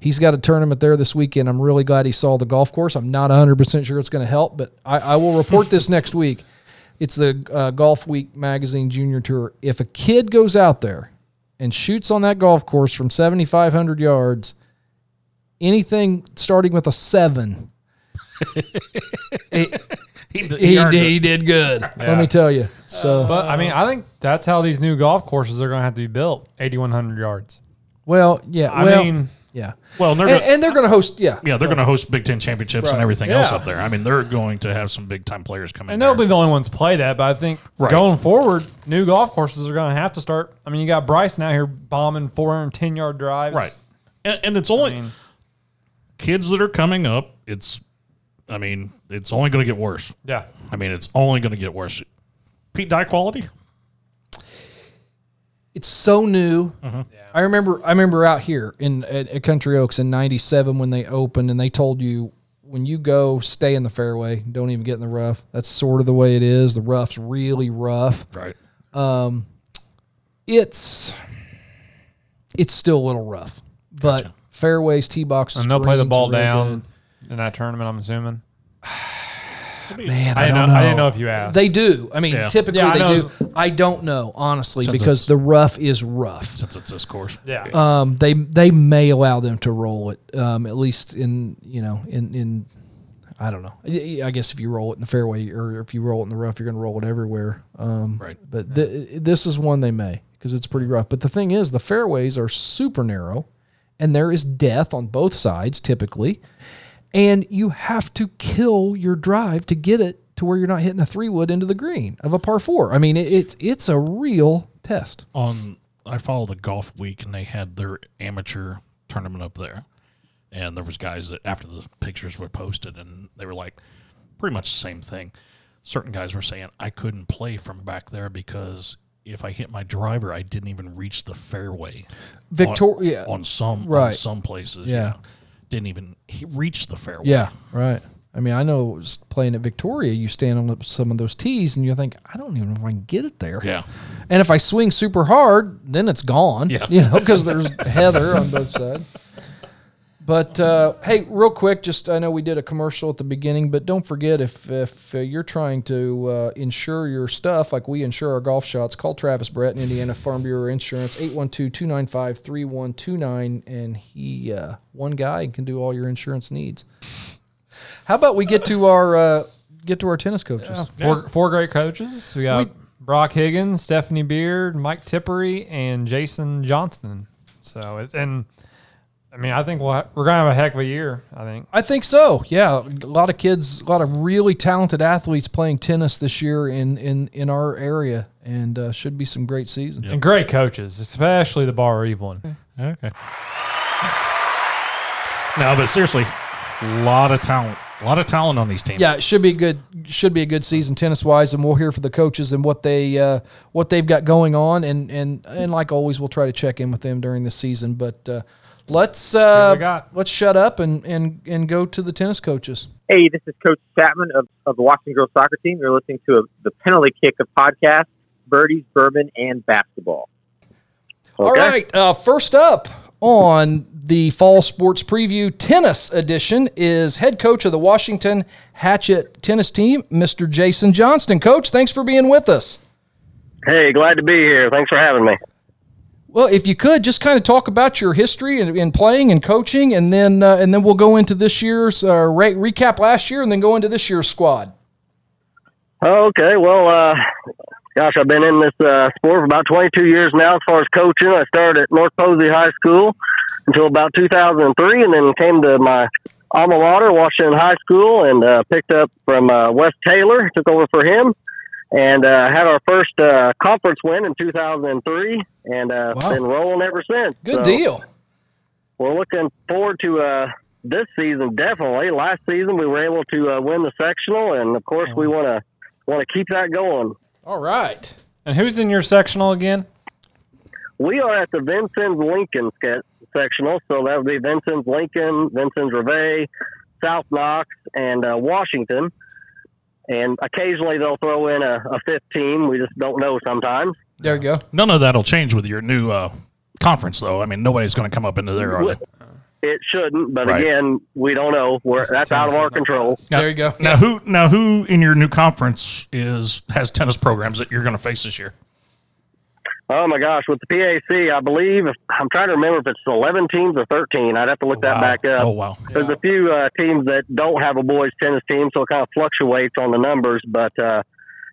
A: he's got a tournament there this weekend. I'm really glad he saw the golf course. I'm not 100 percent sure it's going to help, but I, I will report this next week. It's the uh, Golf Week magazine junior tour. If a kid goes out there and shoots on that golf course from 7,500 yards, anything starting with a seven
D: He, d-
A: he,
D: earned
A: did,
D: it.
A: he did good. Let me tell you. So,
C: But I mean, I think that's how these new golf courses are going to have to be built 8100 yards.
A: well, yeah.
C: I
A: well,
C: mean,
A: Yeah.
D: Well, and they're
A: and,
D: gonna,
A: and they're going to host. Yeah.
D: yeah, they're going to host Big Ten championships and
A: Right.
D: everything
C: Yeah.
D: else up there. I mean, they're going to have some big time players coming.
C: And they'll be the only ones to play that, but I think
D: Right.
C: going forward, new golf courses are going to have to start. I mean, you got Bryson out here bombing 410 yard drives.
D: right, and, and it's only
C: mean-
D: kids that are coming up. It's, I mean, it's only going to get worse.
C: Yeah.
D: I mean, it's only going to get worse. Pete Dye quality.
A: It's so new.
C: Mm-hmm.
A: I remember. I remember out here in at, at Country Oaks in '97 when they opened, and they told you when you go, stay in the fairway. Don't even get in the rough. That's sort of the way it is. The rough's really rough. Um,
D: Right.
A: It's it's still a little rough, but fairways, tee boxes,
C: And they'll play the
A: greens are
C: ball
A: really
C: down in that tournament, I'm assuming.
A: good. Man, I,
C: I, didn't
A: don't
C: know,
A: know.
C: I didn't know if you asked.
A: They do. I mean,
D: Yeah.
A: typically
C: Yeah, I
A: they
C: know.
A: do. I don't know honestly
D: Since
A: because
D: it's-
A: the rough is rough.
D: Since it's this course.
C: yeah.
A: Um, they they may allow them to roll it um, at least in you know in in I don't know. I I guess if you roll it in the fairway or if you roll it in the rough, you're going to roll it everywhere. Um,
D: Right.
A: But th- this is one they may because it's pretty rough. But the thing is, the fairways are super narrow, and there is death on both sides typically, and you have to kill your drive to get it to where you're not hitting a three wood into the green of a par four. I mean, it, it it's a real test.
D: on I follow the golf week and they had their amateur tournament up there. And there was guys that after the pictures were posted and they were like pretty much the same thing. Certain guys were saying I couldn't play from back there because if I hit my driver I didn't even reach the fairway.
A: Victoria.
D: on, on some on
A: Uh, Right.
D: some places.
A: Yeah.
D: Yeah. Didn't even he- reach the fairway.
A: Yeah, right. I mean, I know it was playing at Victoria, you stand on the- some of those tees and you think, I don't even know if I can get it there.
D: Yeah.
A: And if I swing super hard, then it's gone.
D: Yeah.
A: You know, because there's heather on both sides. But uh, hey, real quick, just I know we did a commercial at the beginning, but don't forget if if uh, you're trying to uh, insure your stuff like we insure our golf shots, call Travis Brett in Indiana Farm Bureau Insurance 812-295-3129 and he uh, one guy can do all your insurance needs. How about we get to our uh, get to our tennis coaches?
C: Four, four great coaches. We got
A: We-
C: Brock Higgins, Stephanie Beard, Mike Tippery, and Jason Johnston. So it's and I mean I think we'll ha- we're gonna have a heck of a year. I think
A: I think so. Yeah, a lot of kids, a lot of really talented athletes playing tennis this year in in in our area, and uh, should be some great season.
C: and great coaches, especially the Bar Eve one.
D: Okay. no, but seriously, a lot of talent. A lot of talent on these teams.
A: Yeah, it should be good. Should be a good season tennis wise, and we'll hear from the coaches and what they uh, what they've got going on, and and and like always, we'll try to check in with them during the season. But uh, let's
C: what
A: uh,
C: we got.
A: let's shut up and and and go to the tennis coaches.
B: Hey, this is Coach Chapman of, of the Washington Girls Soccer Team. You're listening to a, the Penalty Kick of podcast, Birdies, Bourbon, and Basketball.
A: All right. Uh, first up on the fall sports preview tennis edition is head coach of the Washington Hatchet tennis team, Mr. Jason Johnston. Coach, thanks for being with us.
G: Hey, glad to be here. Thanks for having me.
A: Well, if you could just kind of talk about your history and, and playing and coaching, and then uh, and then we'll go into this year's uh, re- recap last year, and then go into this year's squad.
G: Oh, okay, well, uh, gosh, I've been in this uh, sport for about 22 years now as far as coaching. I started at North Posey High School until about 2003 and then came to my alma mater, Washington High School, and uh, picked up from uh, Wes Taylor, took over for him, and uh, had our first uh, conference win in 2003 and uh,
A: Wow.
G: been rolling ever since.
A: Good
G: So-
A: deal.
G: We're looking forward to uh, this season definitely. Last season we were able to uh, win the sectional, and of course we want to want to keep that going.
A: All right.
C: And who's in your sectional again?
G: We are at the Vincent Lincoln sca- sectional, so that would be Vincent Lincoln, Vincent Revay, South Knox, and uh, Washington. And occasionally they'll throw in a, a fifth team. We just don't know sometimes.
A: There you go.
D: None of that'll change with your new uh, conference, though. I mean, nobody's going to come up into there, are they?
G: It shouldn't, but
D: Right.
G: again, we don't know. We're, that's out of our control.
A: There you go.
D: Now, who now who in your new conference is has tennis programs that you're going to face this year?
G: Oh my gosh, with the PAC, I believe I'm trying to remember if it's 11 teams or 13. I'd have to look that
D: Wow.
G: back up.
D: Oh wow,
G: There's a few uh, teams that don't have a boys tennis team, so it kind of fluctuates on the numbers. But uh,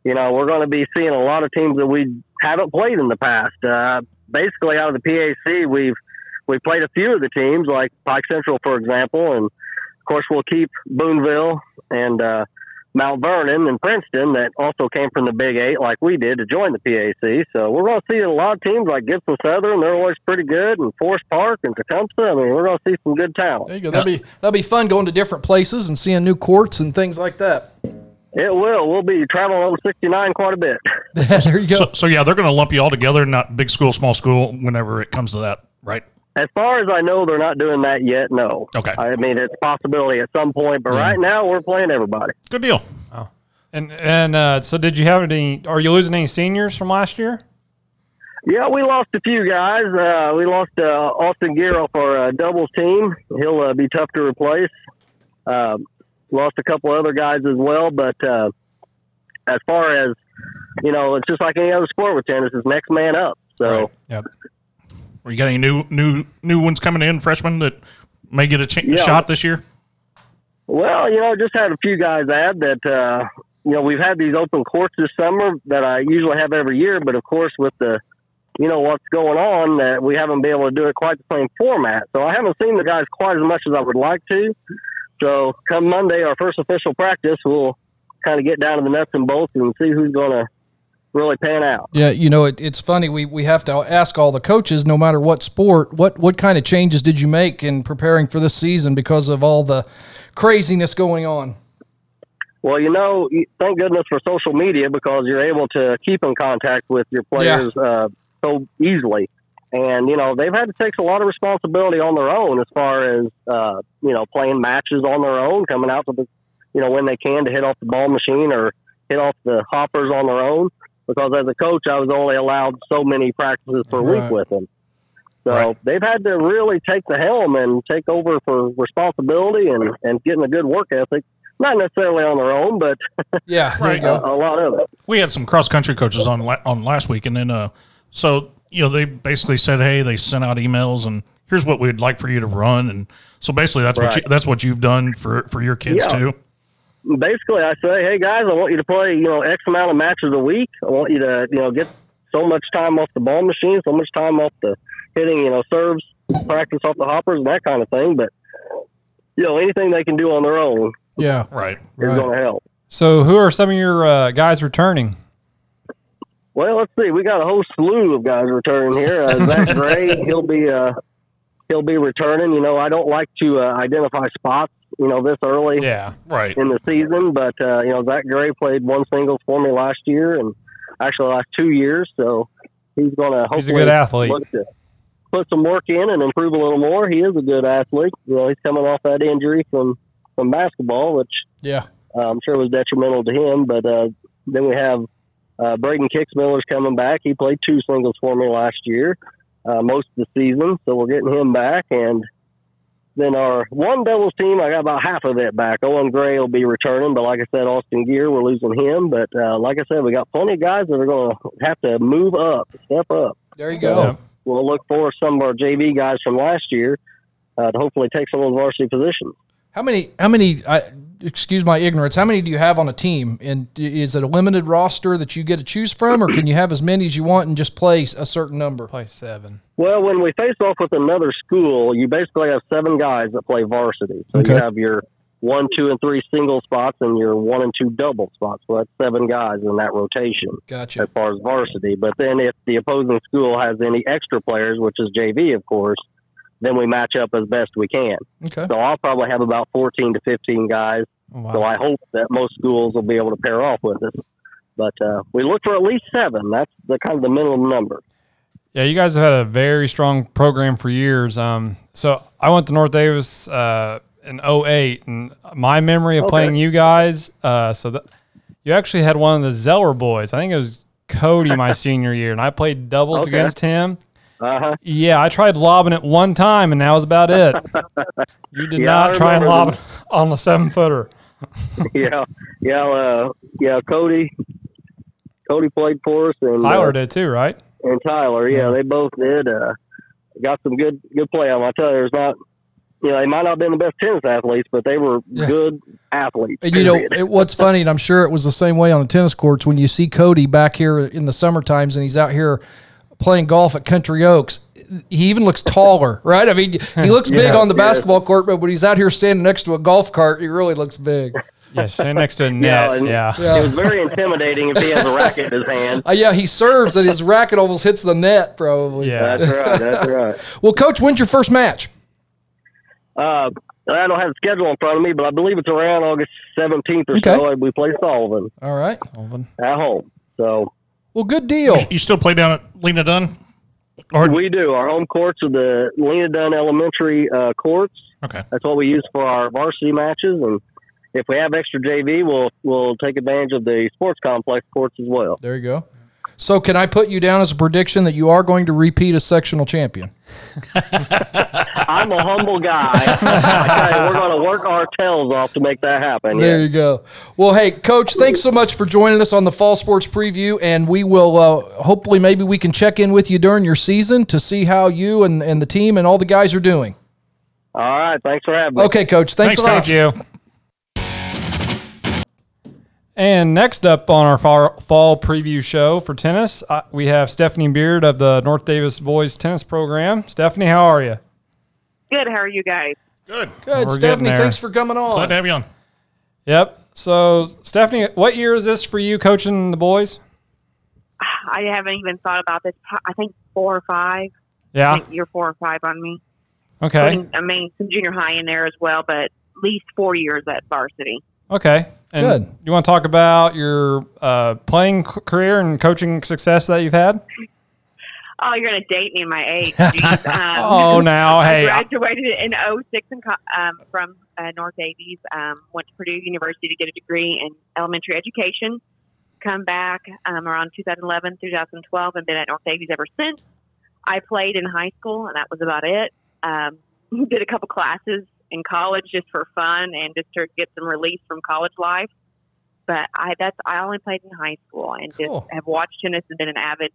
G: you know, we're going to be seeing a lot of teams that we haven't played in the past. Uh, basically, out of the PAC, we've we played a few of the teams, like Pike Central, for example, and of course we'll keep Booneville and uh, Mount Vernon and Princeton that also came from the Big Eight, like we did, to join the PAC. So we're going to see a lot of teams like Gibson Southern; they're always pretty good, and Forest Park and Tecumseh. I mean, we're going to see some good talent.
A: There you go. That'll be that'll be fun going to different places and seeing new courts and things like that.
G: It will. We'll be traveling on 69 quite a bit.
A: there you go.
D: So, so yeah, they're going to lump you all together, not big school, small school, whenever it comes to that, right?
G: As far as I know, they're not doing that yet. No.
D: Okay.
G: I mean, it's a possibility at some point, but right now we're playing everybody.
D: Good deal.
C: And and uh, so did you have any? Are you losing any seniors from last year?
G: Yeah, we lost a few guys. Uh, we lost uh, Austin Gear off our uh, doubles team. He'll uh, be tough to replace. Um, lost a couple other guys as well, but uh, as far as you know, it's just like any other sport with tennis. It's next man up. So
D: Right. Yep. Are you got any new new new ones coming in, freshmen that may get a ch- shot this year?
G: Well, you know, just had a few guys add that, uh, you know, we've had these open courts this summer that I usually have every year, but of course, with the, you know, what's going on, that we haven't been able to do it quite the same format. So I haven't seen the guys quite as much as I would like to. So come Monday, our first official practice, we'll kind of get down to the nuts and bolts and see who's going to really pan out.
A: Yeah, you know, it, it's funny. We, we have to ask all the coaches, no matter what sport, what what kind of changes did you make in preparing for this season because of all the craziness going on?
G: Well, you know, you- thank goodness for social media because you're able to keep in contact with your players uh, so easily. And, you know, they've had to take a lot of responsibility on their own as far as, uh, you know, playing matches on their own, coming out to the, you know, when they can to hit off the ball machine or hit off the hoppers on their own. Because as a coach, I was only allowed so many practices per
A: Right.
G: week with them. So they've had to really take the helm and take over for responsibility and, and getting a good work ethic. Not necessarily on their own, but
A: Yeah, there you
D: Right.
A: go.
G: a lot of it.
D: we had some cross country coaches on la- on last week, and then uh, so you know they basically said, hey, they sent out emails and here's what we'd like for you to run, and so basically that's what you,
G: Right.
D: that's what you've done for for your kids
G: Yeah.
D: too.
G: Basically, I say, hey guys, I want you to play, you know, X amount of matches a week. I want you to, you know, get so much time off the ball machine, so much time off the hitting, you know, serves, practice off the hoppers, and that kind of thing. But you know, anything they can do on their own
A: Yeah,
D: Right.
G: is
A: Right.
G: going to help.
C: So who are some of your uh, guys returning?
G: Well, let's see. We got a whole slew of guys returning here. Uh, Zach Gray, he'll be uh, he'll be returning. You know, I don't like to uh, identify spots, you know, this early.
C: Yeah.
D: Right.
G: in the season, but uh, you know Zach Gray played one singles for me last year, and actually last two years. So he's going to hopefully
C: He's a good athlete.
G: look to put some work in and improve a little more. He is a good athlete. You know, he's coming off that injury from from basketball, which
A: yeah.
G: uh, I'm sure was detrimental to him. But uh, then we have uh, Braden Kicksmiller's coming back. He played two singles for me last year, uh, most of the season, so we're getting him back. And then our one doubles team, I got about half of it back. Owen Gray will be returning, but like I said, Austin Gear, we're losing him. But uh, like I said, we got plenty of guys that are going to have to move up, step up
A: There you go.
G: we'll look for some of our JV guys from last year uh, to hopefully take some of those varsity positions.
A: How many? How many? I, excuse my ignorance. How many do you have on a team? And i- is it a limited roster that you get to choose from, or can you have as many as you want and just play a certain number?
C: Play seven.
G: Well, when we face off with another school, you basically have seven guys that play varsity. So
A: Okay.
G: you have your one, two, and three single spots, and your one and two double spots. So that's seven guys in that rotation
A: Gotcha.
G: as far as varsity. But then if the opposing school has any extra players, which is JV, of course, then we match up as best we can.
A: Okay.
G: So I'll probably have about 14 to 15 guys So
C: Oh, Wow.
G: I hope that most schools will be able to pair off with us. But uh, we look for at least seven. That's the kind of the minimum number.
C: Yeah, you guys have had a very strong program for years. Um, so I went to North Davis uh, in 08, and my memory of playing you guys, uh, so that you actually had one of the Zeller boys. I think it was Cody my senior year, and I played doubles
G: Okay.
C: against him.
G: Uh huh.
C: Yeah, I tried lobbing it one time, and that was about it. You did
G: Yeah, I
C: not try and
G: remember
C: lob it on the seven footer.
G: yeah, yeah, uh, yeah. Cody, Cody played for us, and uh,
C: Tyler did too, right?
G: and Tyler. Yeah, they both did. Uh, got some good good play out. of 'em. I tell you, there's not. You know, they might not have been the best tennis athletes, but they were
A: Yeah.
G: good athletes.
A: And you know
G: period.
A: it, what's funny, and I'm sure it was the same way on the tennis courts when you see Cody back here in the summer times, and he's out here playing golf at Country Oaks. he even looks taller, right? I mean, he looks big on the basketball court, but when he's out here standing next to a golf cart, he really looks big.
C: Yes, stand next to a
G: Yeah,
C: net.
G: and
C: Yeah.
G: It was very intimidating if he has a racket in his hand.
A: Uh, yeah, he serves and his racket almost hits the net, probably.
C: Yeah.
G: That's right. That's right.
A: Well, coach, when's your first match?
G: Uh, I don't have the schedule in front of me, but I believe it's around August 17th or so.
A: Okay.
G: and We play Sullivan
A: All right.
G: at home. So
A: Well, good deal.
D: You still play down at Lena Dunn? Or
G: we do. Our home courts are the Lena Dunn Elementary uh, courts.
D: okay,
G: That's what we use for our varsity matches. And if we have extra JV, we'll, we'll take advantage of the sports complex courts as well.
A: There you go. So, can I put you down as a prediction that you are going to repeat as sectional champion?
G: I'm a humble guy. I tell you, we're going to work our tails off to make that happen.
A: There
G: Yeah.
A: you go. Well, hey, Coach, thanks so much for joining us on the Fall Sports Preview, and we will uh, hopefully maybe we can check in with you during your season to see how you and, and the team and all the guys are doing.
G: All right. Thanks for having me.
A: Okay, Coach. Thanks,
D: Thanks,
A: a lot.
D: Coach.
C: you. And next up on our fall, fall preview show for tennis, uh, we have Stephanie Beard of the North Davis Boys Tennis Program. Stephanie, how are you?
H: Good. How are you guys?
D: good.
A: Good,
C: getting
A: Stephanie.
C: there.
A: Thanks for coming
D: Glad to
A: on.
D: have you on.
C: Yep. So, Stephanie, what year is this for you coaching the boys?
H: I haven't even thought about this. Pro- I think four or five. I
C: Yeah.
H: think you're four or five on me. I,
C: Okay.
H: mean, I mean, some junior high in there as well, but at least four years at varsity.
C: Okay. And
A: Good.
C: You want to talk about your uh, playing c- career and coaching success that you've had?
H: Oh, you're going to date me in my age. Jeez. Um,
C: Oh, now,
H: I
C: hey,
H: graduated in 06 in, co- um, from uh, North Davies. Um, went to Purdue University to get a degree in elementary education. Come back um, around 2011, 2012, and been at North Davies ever since. I played in high school, and that was about it. Um, did a couple classes in college just for fun and just to get some release from college life. But I that's I only played in high school and just
A: Cool.
H: have watched tennis and been an avid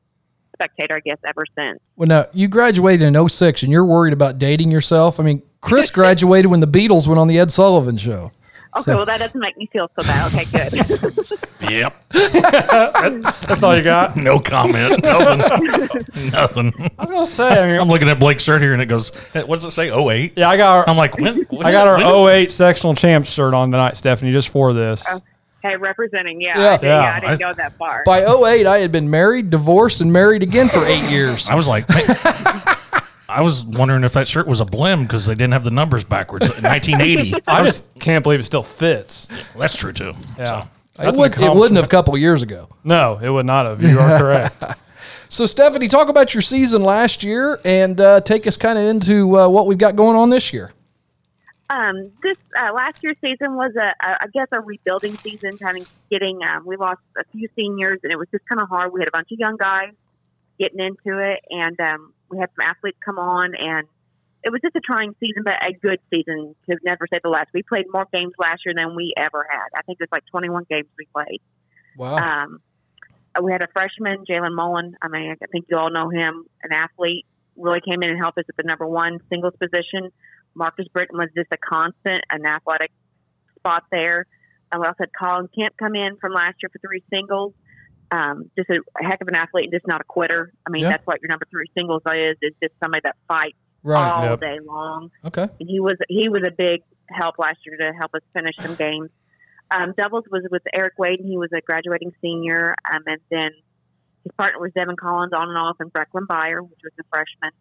H: spectator, I guess, ever since.
A: Well, now you graduated in 06 and you're worried about dating yourself. I mean, Chris graduated when the Beatles went on the Ed Sullivan show.
H: Okay,
A: So-
H: well that doesn't make me feel so bad. Okay, good.
D: Yep.
C: that's all you got.
D: No comment. Nothing. Nothing.
C: I was going to say, I mean,
D: I'm looking at Blake's shirt here, and it goes. What does it say? 08?
C: yeah, I got our,
D: I'm like, when? when
C: I got
D: when-
C: our oh. 08 sectional champ shirt on tonight, Stephanie, just for this.
H: Hey, representing, yeah,
A: Yeah.
H: I did, yeah,
C: Yeah,
H: I
D: I-
H: didn't go that far.
A: By 08, I had been married, divorced, and married again for eight years.
D: I was like, man, I was wondering if that shirt was a blim because they didn't have the numbers backwards in 1980.
C: I just can't believe it still fits.
D: That's true too.
C: Yeah.
A: It, would, it wouldn't have a couple of years ago.
C: No, it would not have. You are correct.
A: So, Stephanie, talk about your season last year and uh, take us kind of into uh, what we've got going on this year.
H: Um, this uh, last year's season was a, a, I guess, a rebuilding season. Kind of getting, um, we lost a few seniors, and it was just kind of hard. We had a bunch of young guys getting into it, and um, we had some athletes come on, and it was just a trying season, but a good season to never say the last. We played more games last year than we ever had. I think it was like 21 games we played.
A: Wow.
H: Um, we had a freshman, Jalen Mullen. I mean, I think you all know him, an athlete. Really came in and helped us at the number one singles position. Marcus Britton was just a constant, an athletic spot there. And we also had Colin Kemp come in from last year for three singles. Um, just a heck of an athlete and just not a quitter. I mean,
A: Yeah.
H: that's what your number three singles is, is just somebody that fights
A: right.
H: all
C: Yep.
H: day long
A: Okay.
H: and he was he was a big help last year to help us finish some games. Um, doubles was with Eric Wade, and he was a graduating senior, um, and then his partner was Devin Collins on and off, and Brecklin Byer, which was a freshman.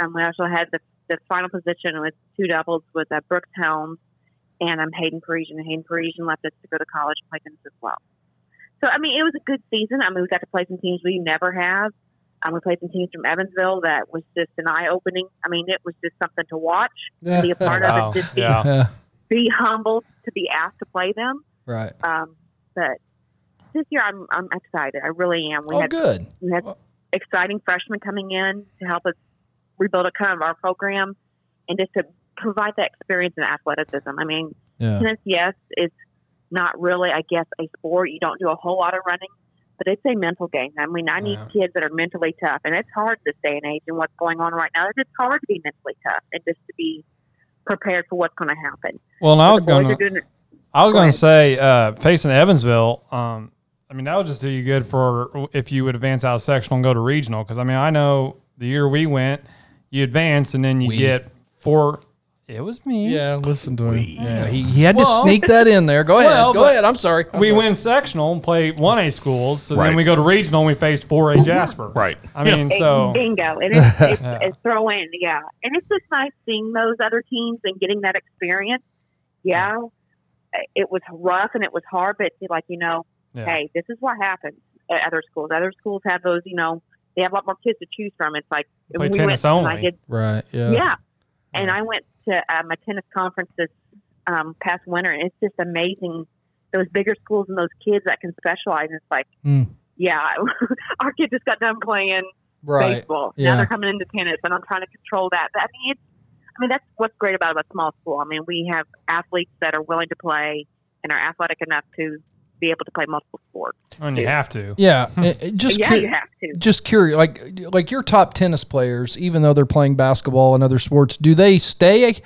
H: Um, we also had the, the final position with two doubles with uh, Brooks Helms and um, Hayden Parisian. Hayden Parisian left us to go to college and play tennis as well. So I mean, it was a good season. I mean, we got to play some teams we never have. Um, we played some teams from Evansville that was just an eye opening. I mean, it was just something to watch
A: Yeah.
H: be a part
C: Wow.
H: of it. Just be,
C: Yeah.
A: Yeah.
H: be humbled to be asked to play them.
A: Right.
H: Um, but this year, I'm I'm excited. I really am. We
A: Oh,
H: had
A: good.
H: we had
A: Well-
H: exciting freshmen coming in to help us rebuild a kind of our program and just to provide that experience in athleticism. I mean,
A: Yeah.
H: tennis, yes, it's not really, I guess, a sport. You don't do a whole lot of running, but it's a mental game. I mean, I need
C: Yeah.
H: kids that are mentally tough, and it's hard this day and age and what's going on right now. It's just hard to be mentally tough and just to be prepared for what's going to happen.
C: Well, and I was
H: The boys
C: going to
H: are doing it-
C: I was
H: Go
C: going
H: ahead.
C: to say uh, facing Evansville. Um, I mean, that would just do you good for if you would advance out of sectional and go to regional. Because I mean, I know the year we went, you advance, and then you get four. It was me.
A: Yeah, listen to him. Yeah, he, he had to sneak that in there. Go ahead.
C: Well,
A: Go
C: but-
A: ahead. I'm sorry. I'm
C: We
A: sorry.
C: win sectional and play 1A schools. So
D: Right.
C: then we go to regional and we face 4A Jasper.
D: Right.
C: I
D: Yeah.
C: mean, so.
H: bingo, and it's, it's, it's throw in, yeah, and it's just nice seeing those other teams and getting that experience. Yeah, it was rough and it was hard, but like you know,
C: Yeah.
H: hey, this is what happens at other schools. Other schools have those, you know, they have a lot more kids to choose from. It's like
C: Play
H: we
C: tennis
H: went, and I
C: only.
H: did
A: Right. Yeah.
H: yeah. And I went to uh, my tennis conference this um, past winter, and it's just amazing those bigger schools and those kids that can specialize. It's like,
C: Hmm.
A: Mm.
H: yeah, our kid just got done playing
A: Right.
H: baseball.
A: Yeah.
H: Now they're coming into tennis, and I'm trying to control that. But I mean, it's, I mean, that's what's great about a small school. I mean, we have athletes that are willing to play and are athletic enough to be able to play multiple sports.
C: And you have to.
A: Yeah. it- it just
H: yeah,
A: cur-
H: you have to.
A: just curious, like like your top tennis players, even though they're playing basketball and other sports, do they stay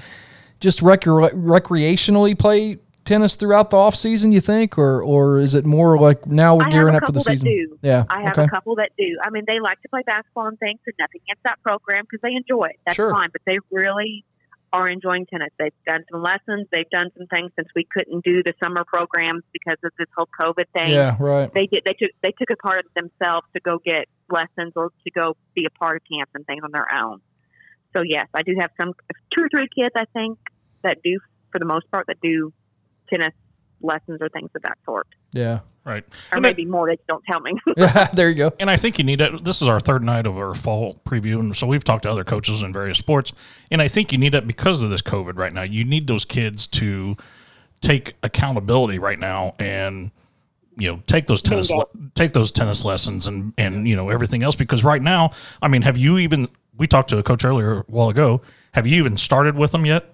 A: just recre- recreationally play tennis throughout the off season? You think, or or is it more like now we're
H: I have
A: gearing
H: a
A: up for the
H: couple that
A: season?
H: do.
A: Yeah.
H: I have
A: okay.
H: a couple that do. I mean, they like to play basketball and things, and nothing against that program because they enjoy it. That's
A: Sure.
H: fine. But they really are enjoying tennis. They've done some lessons. They've done some things since we couldn't do the summer programs because of this whole COVID thing.
A: Yeah. Right.
H: They did. They took. They took a part of themselves to go get lessons or to go be a part of camps and things on their own. So yes, I do have some two or three kids I think that do for the most part that do tennis lessons or things of that sort,
A: Yeah.
D: Right.
H: or
D: And,
H: maybe more. They just don't tell me.
A: Yeah. there you go.
D: I, and I think you need that. This is our third night of our fall preview. And so we've talked to other coaches in various sports. And I think you need that because of this COVID right now. You need those kids to take accountability right now and you know take those tennis
H: Bingo.
D: le- take those tennis lessons and and you know everything else because right now I mean have you even we talked to a coach earlier a while ago have you even started with them yet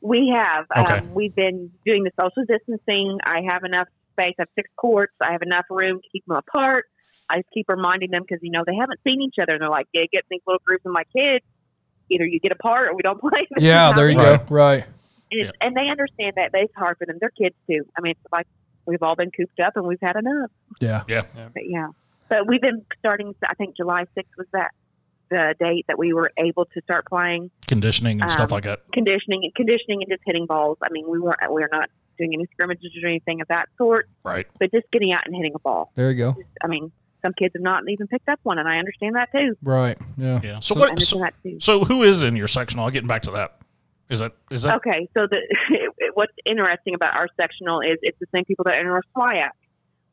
H: We have.
D: Okay.
H: Um, we've been doing the social distancing. I have enough space. I have six courts. I have enough room to keep them apart. I keep reminding them because you know they haven't seen each other, and they're like, "Yeah, get in these little groups." I'm like, "Kids, either you get apart or we don't play." This
A: Yeah.
H: is how
A: There
H: it
A: you
H: is.
A: go. Right.
H: And, it's- and they understand that. But it's hard for them. They're kids too. I mean, it's like we've all been cooped up and we've had enough.
A: Yeah.
H: But yeah, but we've been starting. I think July 6th was that the date that we were able to start playing
D: conditioning and stuff
H: Um,
D: like that
H: conditioning and conditioning and just hitting balls. I mean, we weren't we were not doing any scrimmages or anything of that sort,
D: right
H: but just getting out and hitting a ball.
A: There you go.
H: I mean, some kids have not even picked up one, and I understand that too.
A: Right. Yeah.
D: yeah so,
H: I
D: what
H: understand
D: so,
H: that too.
D: so who is in your sectional getting back to that is that is that
H: Okay, so the what's interesting about our sectional is it's the same people that are in our SWIAC.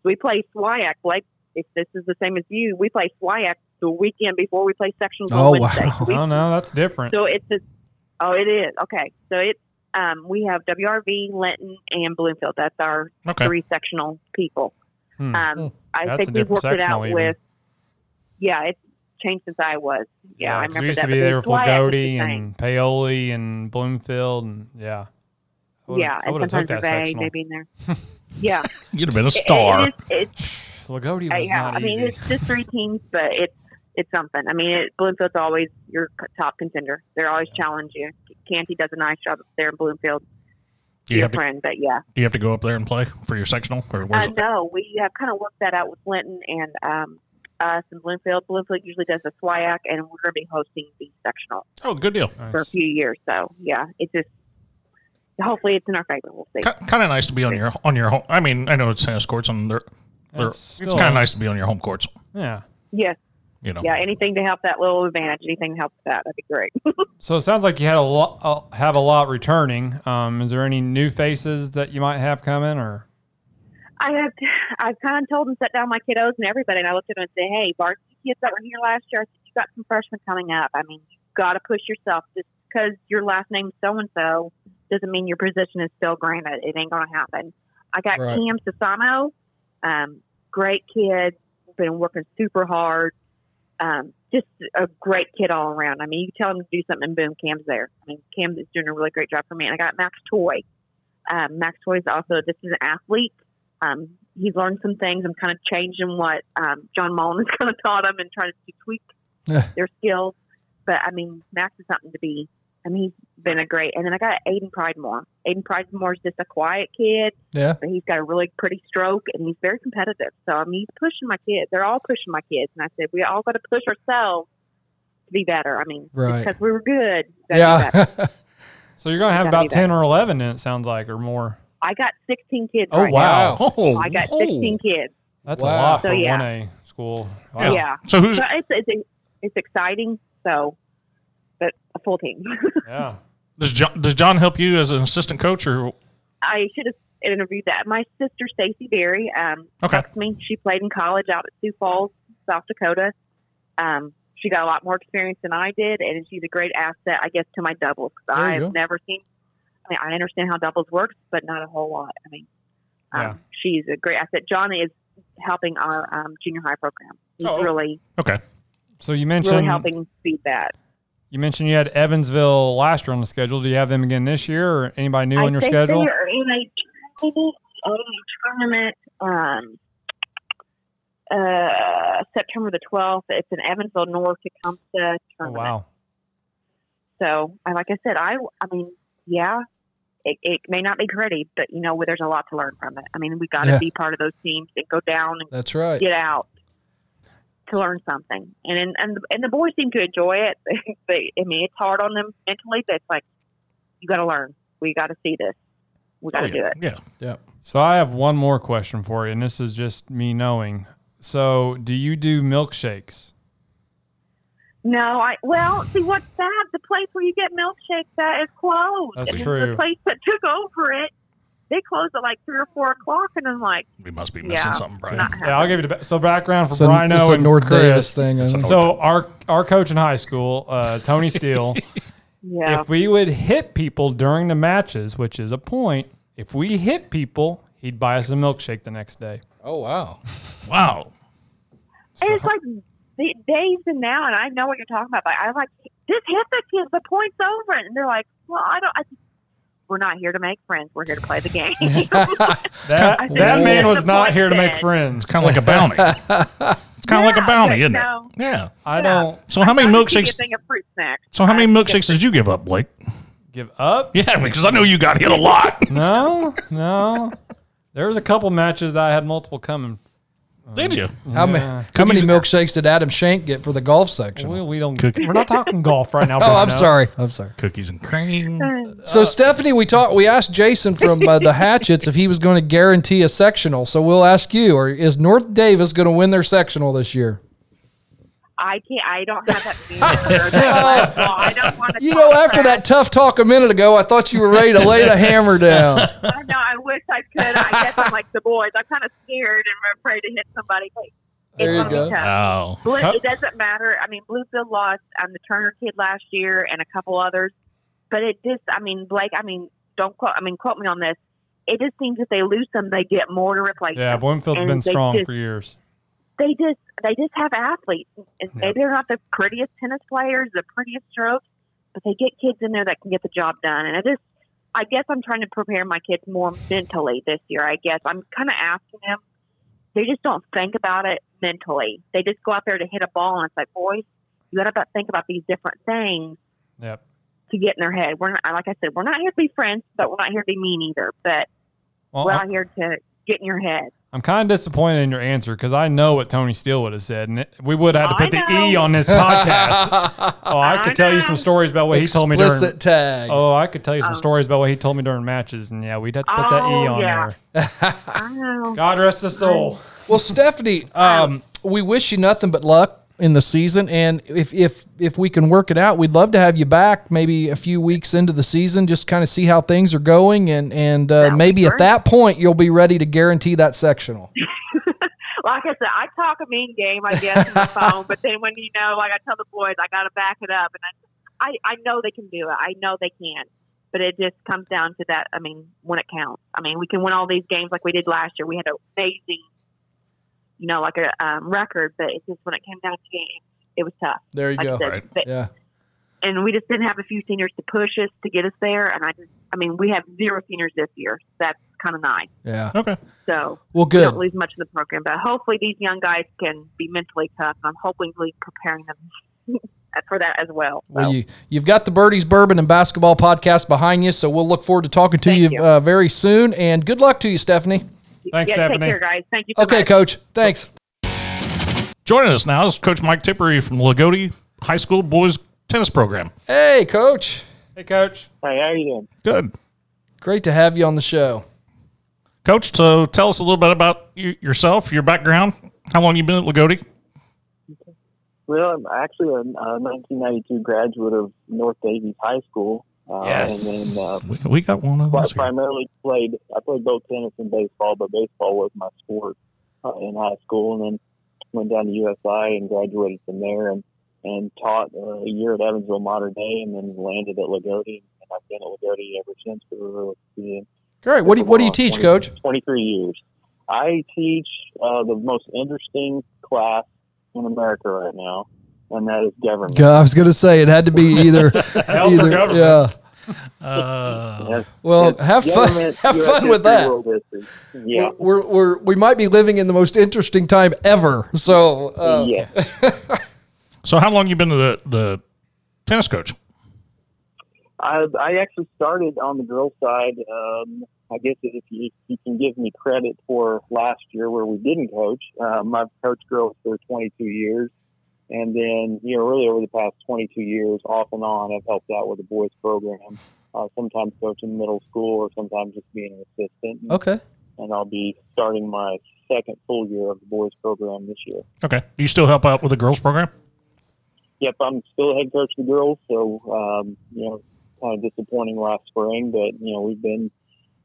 H: We play SWIAC like if this is the same as you. We play SWIAC the weekend before we play sectionals
A: Oh,
H: on Wednesday.
A: wow.
H: We
C: Oh, no, that's different.
H: So it's just, oh, it is. Okay. So it's, um, we have WRV, Linton, and Bloomfield. That's our
D: Okay.
H: three sectional people.
C: Hmm.
A: Hmm.
H: Um, I
C: That's a
H: think we've
C: different
H: worked it
C: sectional
H: out
C: even.
H: with, yeah, it's changed since I was. Yeah, I
C: 'cause
H: remember
C: we used
H: that.
C: to be
H: but
C: there
H: it's
C: with
H: why I was just
C: Lagodi
H: saying,
C: and Paoli and Bloomfield. and Yeah. I would've-
H: yeah,
C: I would
H: and
C: have took that
H: sometimes Bay,
C: sectional.
H: maybe in there. yeah. It-
D: you'd have been a
H: it-
D: star
H: It, is- it's,
C: Lagodi
H: uh,
C: was
H: yeah,
C: not
H: I mean,
C: easy.
H: it's just three teams, but it's, it's something. I mean, it, Bloomfield's always your c- top contender. They're always challenge you. Canty does a nice job up there in Bloomfield.
D: do you
H: Your
D: have to
H: friend, but yeah.
D: do you have to go up there and play for your sectional or where's
H: Uh,
D: it
H: no, we have kind of worked that out with Linton and um, us and Bloomfield. Bloomfield usually does the SWIAC, and we're going to be hosting the sectional
D: oh good deal
H: for a
C: Nice.
H: few years. So, yeah, it just hopefully it's in our favor. We'll see.
D: kind of nice to be on your on your home. I mean, I know it's tennis courts and they're, they're
C: It's
D: it's,
C: still-
D: kind of nice to be on your home courts.
C: Yeah.
H: Yes,
D: You
C: Oh.
D: know,
H: yeah, anything to help that little advantage, anything to help that, that'd be great.
C: So it sounds like you had a lot, uh, have a lot returning. Um, is there any new faces that you might have coming or?
H: I have, I've kind of told and set down my kiddos and everybody, and I looked at them and said, "Hey, varsity kids that were here last year, I said, you got some freshmen coming up. I mean, you got to push yourself. Just because your last name's so and so doesn't mean your position is still granted. It ain't gonna happen." I got
A: Right.
H: Cam Sasamo, um, great kid, been working super hard. Um, just a great kid all around. I mean, you tell him to do something, and boom, Cam's there. I mean, Cam is doing a really great job for me. And I got Max Toy. Um, Max Toy is also this is an athlete um, he's learned some things. I'm kind of changing what um, John Mullen has kind of taught him and trying to tweak
A: Yeah.
H: their skills. But I mean, Max is something to be. I mean, he's been a great. And then I got Aiden Pridemore. Aiden Pridemore is just a quiet kid,
A: Yeah.
H: but he's got a really pretty stroke and he's very competitive. So I mean, he's pushing my kids. They're all pushing my kids, and I said we all got to push ourselves to be better. I mean,
A: Right.
H: because we were good. gotta be better.
A: Yeah.
C: So you're gonna have
H: Gotta
C: about
H: be
C: ten or eleven in it sounds like, or more.
H: I got 16 kids.
A: oh
H: right
A: wow.
D: Oh,
H: Now. I got 16 kids.
C: That's
A: Wow.
C: a lot
H: So,
C: for
H: yeah.
C: one A school. Wow.
D: Yeah.
H: Yeah.
D: So who's
H: So it's, it's it's exciting. So, but a full team.
C: Yeah.
D: does John, does John help you as an assistant coach or oh,
H: I should have interviewed that. My sister Stacy Berry um,
D: Okay.
H: helped me. She played in college out at Sioux Falls, South Dakota. Um, she got a lot more experience than I did, and she's a great asset, I guess, to my doubles. 'cause
A: There you
H: I've
A: go.
H: never seen. I mean, I understand how doubles works, but not a whole lot. I mean, um,
C: Yeah.
H: she's a great asset. John is helping our um, junior high program. He's
C: Oh, okay.
H: really,
D: okay?
C: So you
H: really
C: mentioned
H: helping feed that.
C: you mentioned you had Evansville last year on the schedule. Do you have them again this year, or anybody new
H: I
C: on your
H: think
C: schedule? Oh,
H: They are in a tournament, a tournament um, uh, September the 12th. It's an Evansville, North Tecumseh tournament.
C: Oh, wow.
H: So, I- like I said, I, I mean, yeah, it, it may not be pretty, but, you know, there's a lot to learn from it. I mean, we got to
A: Yeah.
H: be part of those teams and go down and
A: That's right.
H: get out to learn something. And and and the, and the boys seem to enjoy it. they, I mean, it's hard on them mentally, but it's like you got to learn. We got to see this. We got to do
D: Oh, yeah.
H: it.
D: yeah.
C: So I have one more question for you, and this is just me knowing. So do you do milkshakes?
H: No, I well see what's sad. The place where you get milkshakes at is closed.
C: That's
H: and
C: true.
H: The place that took over it, they closed at like three or four o'clock, and I'm like,
D: We must be missing
H: Yeah.
D: something, Brian.
H: not
C: Yeah, I'll
H: happening.
C: give you the ba- so background for
A: It's a,
C: Brino
A: it's a
C: and
A: North
C: Chris.
A: Davis thing.
D: That's a
A: isn't it?
D: North-
C: So our our coach in high school, uh, Tony Steele,
H: Yeah,
C: if we would hit people during the matches, which is a point, if we hit people, he'd buy us a milkshake the next day.
A: oh wow.
D: Wow.
H: and it's like the days and now, and I know what you're talking about. But I'm like, just hit the kids. The point's over, and they're like, well, I don't. I, we're not here to make friends. We're here to play the game.
C: That,
H: kinda-
C: that
A: I
C: man
A: think
C: was
H: the
C: not
H: point
C: here to make
H: said.
C: friends.
D: Kind of like a bounty. It's kind of like a
H: Yeah,
D: bounty,
H: but
D: isn't it?
H: no.
D: Yeah.
C: I don't
D: So how many
H: I'll just give you
D: milkshakes?
H: a thing of fruit snacks.
D: So how many
H: I'll just
D: milkshakes did you give up, Blake?
C: give up.
D: Yeah, because I know you got hit a lot.
C: No, no. There was a couple matches that I had multiple coming.
D: did you?
A: How, ma- how many milkshakes did Adam Shank get for the golf section?
C: We, we don't. We're not talking golf right now.
A: oh, I'm
C: Bruno.
A: sorry. I'm sorry.
D: Cookies and cream.
A: So Stephanie, we talked. We asked Jason from uh, the Hatchets if he was going to guarantee a sectional. So we'll ask you: Or is North Davis going to win their sectional this year?
H: I can't. I don't have that. feeling. That's why I don't want to.
A: You know, after that tough talk a minute ago, I thought you were ready to lay the hammer down.
H: I know. I wish I could. I guess I'm like the boys. I'm kind of scared and afraid to hit somebody. But it's
A: There you
H: gonna be
A: go.
H: tough.
D: Oh,
H: Blue,
C: Tough.
H: it doesn't matter. I mean, Bluefield lost. I'm the Turner kid last year and a couple others. But it just, I mean, Blake. I mean, don't quote. I mean, quote me on this. It just seems if they lose them, they get more to replace.
C: Yeah,
H: them.
C: Bloomfield's
H: And
C: been
H: they
C: strong
H: just-
C: for years.
H: they just they just have athletes. And
C: Yeah.
H: Maybe they're not the prettiest tennis players, the prettiest strokes, but they get kids in there that can get the job done. And I just I guess I'm trying to prepare my kids more mentally this year. I guess I'm kind of asking them. They just don't think about it mentally. They just go out there to hit a ball, and it's like, boys, you got to think about these different things
C: Yep.
H: to get in their head. We're not, like I said, we're not here to be friends, but we're not here to be mean either. But
C: Well,
H: we're
C: I-
H: out here to get in your head.
C: I'm kind of disappointed in your answer because I know what Tony Steele would have said, and it, we would have had to
H: I
C: put the
H: know.
C: E on this podcast. oh, I could
H: I
C: tell you
H: know.
C: some stories about what he told me
A: Explicit
C: during.
A: tag.
C: Oh, I could tell you some
H: Oh.
C: stories about what he told me during matches, and yeah, we'd have to put that E
H: Oh,
C: on
H: yeah.
C: there.
H: I know.
C: God rest his soul.
A: Well, Stephanie, um, we wish you nothing but luck in the season, and if if if we can work it out, we'd love to have you back. Maybe a few weeks into the season, just kind of see how things are going, and and uh,
H: would
A: maybe
H: be
A: at
H: great.
A: that point you'll be ready to guarantee that sectional.
H: like I said, I talk a mean game, I guess, on the phone. But then when you know, like I tell the boys, I got to back it up, and I, I, I know they can do it. I know they can. But it just comes down to that. I mean, when it counts. I mean, we can win all these games like we did last year. We had an amazing, you know, like a um, record. But it's just when it came down to it, it was tough.
A: There you
H: Like
A: go.
H: I said, they-
A: Yeah.
H: and we just didn't have a few seniors to push us to get us there. And I just, I mean, we have zero seniors this year. So that's kind of nice.
A: Yeah.
D: okay.
H: So
A: Well,
H: we
A: good.
H: don't lose much of the program, but hopefully these young guys can be mentally tough. I'm hopefully preparing them for that as well.
A: Well, you you've got the Birdies Bourbon and Basketball podcast behind you, so we'll look forward to talking to you,
H: you.
A: Uh, very soon. And good luck to you, Stephanie.
C: Thanks,
H: yeah,
C: Stephanie.
H: take care, guys. Thank you. So
A: Okay,
H: much.
A: Coach. Thanks.
D: Joining us now is Coach Mike Tippery from Lagodi high school boys tennis program.
A: Hey, coach.
C: Hey, coach.
B: Hey, how you doing?
D: Good.
A: Great to have you on the show.
D: Coach, so tell us a little bit about you, yourself, your background, how long you been at Lagodi.
I: Well, I'm actually a, a 1992 graduate of North Davies High School. Uh,
E: Yes.
I: And then uh,
D: We, we got one of
I: pri-
D: those. here.
I: primarily played, I played both tennis and baseball, but baseball was my sport uh, in high school. And then went down to USI and graduated from there and, and taught uh, a year at Evansville Modern Day and then landed at Lagodi. And I've been at Lagodi ever since for uh,
A: Great. What do you, what do you
I: Overall,
A: teach,
I: 20
A: coach?
I: 23 years. I teach uh, the most interesting class in America right now, and that is government.
A: God, I was going to say it had to be either.
D: Health or government.
A: Yeah.
D: Uh,
I: Yes,
A: Well,
I: yes,
A: have fun.
I: government,
A: Have
I: U.S.
A: fun with
I: history,
A: that.
I: world history. Yeah.
A: We're, we're we might be living in the most interesting time ever. So uh,
I: yeah.
D: so how long you been the, the tennis coach?
I: I, I actually started on the girls' side. Um, I guess if you, if you can give me credit for last year where we didn't coach, um, I've coached girls for 22 years. And then, you know, really over the past 22 years, off and on, I've helped out with the boys' program, uh, sometimes coaching middle school or sometimes just being an assistant. And,
A: okay.
I: and I'll be starting my second full year of the boys' program this year.
D: Okay. Do you still help out with the girls program?
I: Yep, I'm still head coach of the girls, so um, you know, kind of disappointing last spring, but you know, we've been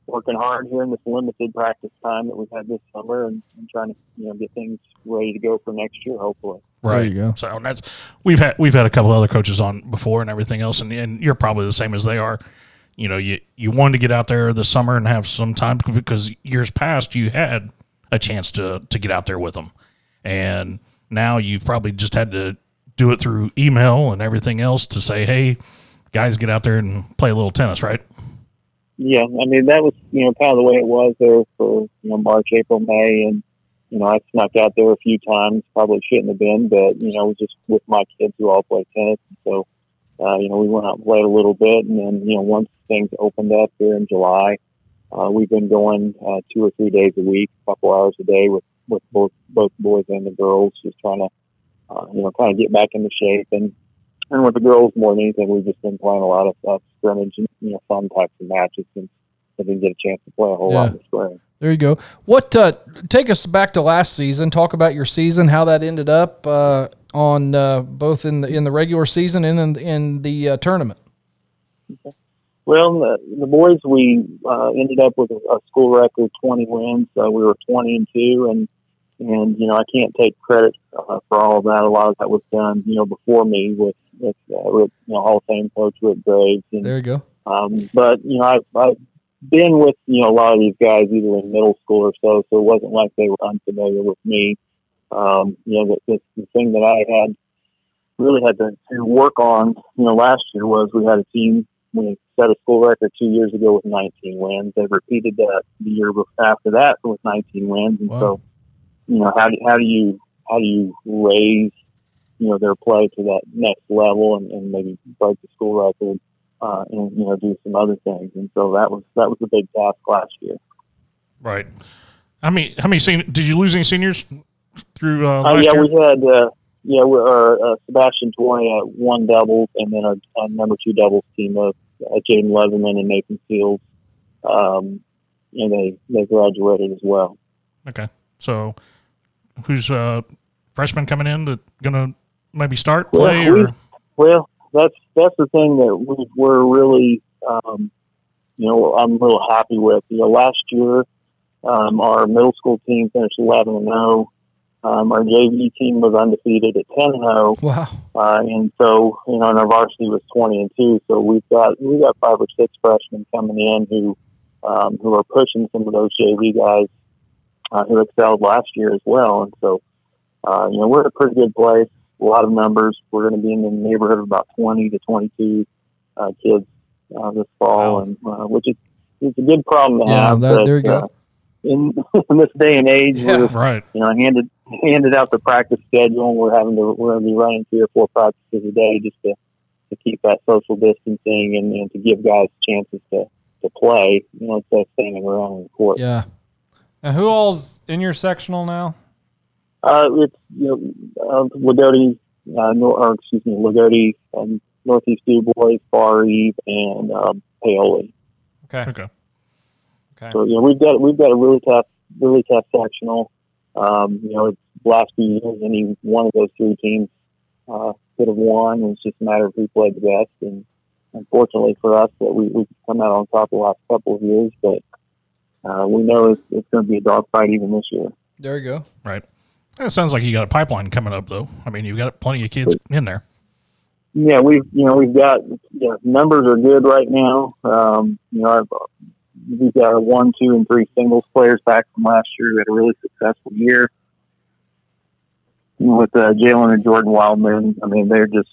I: working hard here in this limited practice time that we've had this summer, and, and trying to you know get things ready to go for next year, hopefully.
A: There you go.
D: So that's we've had we've had a couple other coaches on before and everything else, and, and you're probably the same as they are. You know, you you wanted to get out there this summer and have some time because years past you had a chance to to get out there with them, and now you've probably just had to do it through email and everything else to say, hey, guys, get out there and play a little tennis, right?
I: Yeah, I mean that was you know kind of the way it was there for you know March, April, May, and you know I snuck out there a few times. Probably shouldn't have been, but you know it was just with my kids who all play tennis, and so uh, you know we went out and played a little bit, and then you know once things opened up here in July, uh, we've been going uh, two or three days a week, a couple hours a day with with both both boys and the girls, just trying to uh, you know kind of get back into shape and. And with the girls more than anything, we've just been playing a lot of uh, scrimmage and you know fun types of matches and I didn't get a chance to play a whole lot this spring.
A: There you go. What uh, take us back to last season? Talk about your season, how that ended up uh, on uh, both in the in the regular season and in in the uh, tournament.
I: Well, the, the boys, we uh, ended up with a, a school record 20 wins. So we were 20 and 2. And, and you know, I can't take credit uh, for all of that. A lot of that was done, you know, before me with, with uh, Rick, you know, Hall of Fame coach Rick Graves and
A: There you go.
I: Um, but you know, I've, I've been with you know a lot of these guys either in middle school or so, so it wasn't like they were unfamiliar with me. Um, you know, the, the, the thing that I had really had to, to work on, you know, last year was we had a team we set a school record two years ago with 19 wins. They repeated that the year bef- after that with 19 wins, and
A: Wow.
I: so you know how do how do you how do you raise you know their play to that next level and, and maybe break the school record uh, and you know do some other things. And so that was that was the big task last year.
D: Right. How many how many seniors did you lose any seniors through uh,
I: Uh,
D: last
I: yeah,
D: year?
I: we had uh, yeah we, our uh, Sebastian Torrey at one doubles, and then our, our number two doubles team of uh, Jaden Leatherman and Nathan Fields. Um, and they they graduated as well.
D: Okay. So who's uh freshman coming in that gonna maybe start
I: Well,
D: play
I: we-
D: or
I: Well, that's that's the thing that we, we're really, um, you know, I'm real happy with. You know, last year um, our middle school team finished 11 and 0. Um, our JV team was undefeated at 10 and 0,
A: Wow.
I: uh, and so you know, and our varsity was 20 and 2. So we've got we got five or six freshmen coming in who um, who are pushing some of those JV guys uh, who excelled last year as well. And so uh, you know, we're in a pretty good place. A lot of numbers. We're going to be in the neighborhood of about 20 to 22 uh, kids uh, this fall, and uh, which is it's a good problem to
A: Yeah,
I: have.
A: that- there you go.
I: uh, in, in this day and age,
A: Yeah.
I: where
D: right.
I: you know handed handed out the practice schedule, and we're having to we're going to be running three or four practices a day just to, to keep that social distancing and, and to give guys chances to, to play. You know, instead of standing around on the court.
A: Yeah.
C: Now, who all's in your sectional now?
I: Uh, it's you know, uh, Wadoti, uh, nor, or excuse me, Lagodi, um, Northeast Dubois, Far Eve, and um, Paoli.
C: Okay.
D: Okay.
C: Okay.
I: So you know, we've got we've got a really tough, really tough sectional. Um, you know, it's the last few years, any one of those three teams uh, could have won. It's just a matter of who played the best, and unfortunately for us, that we we come out on top the last couple of years, but uh, we know it's, it's going to be a dogfight even this year.
A: There you go.
D: Right. It sounds like you got a pipeline coming up, though. I mean, you've got plenty of kids in there.
I: Yeah, we've you know we've got yeah, numbers are good right now. Um, you know, I've, we've got our one, two, and three singles players back from last year. We had a really successful year with uh, Jalen and Jordan Wildman. I mean, they're just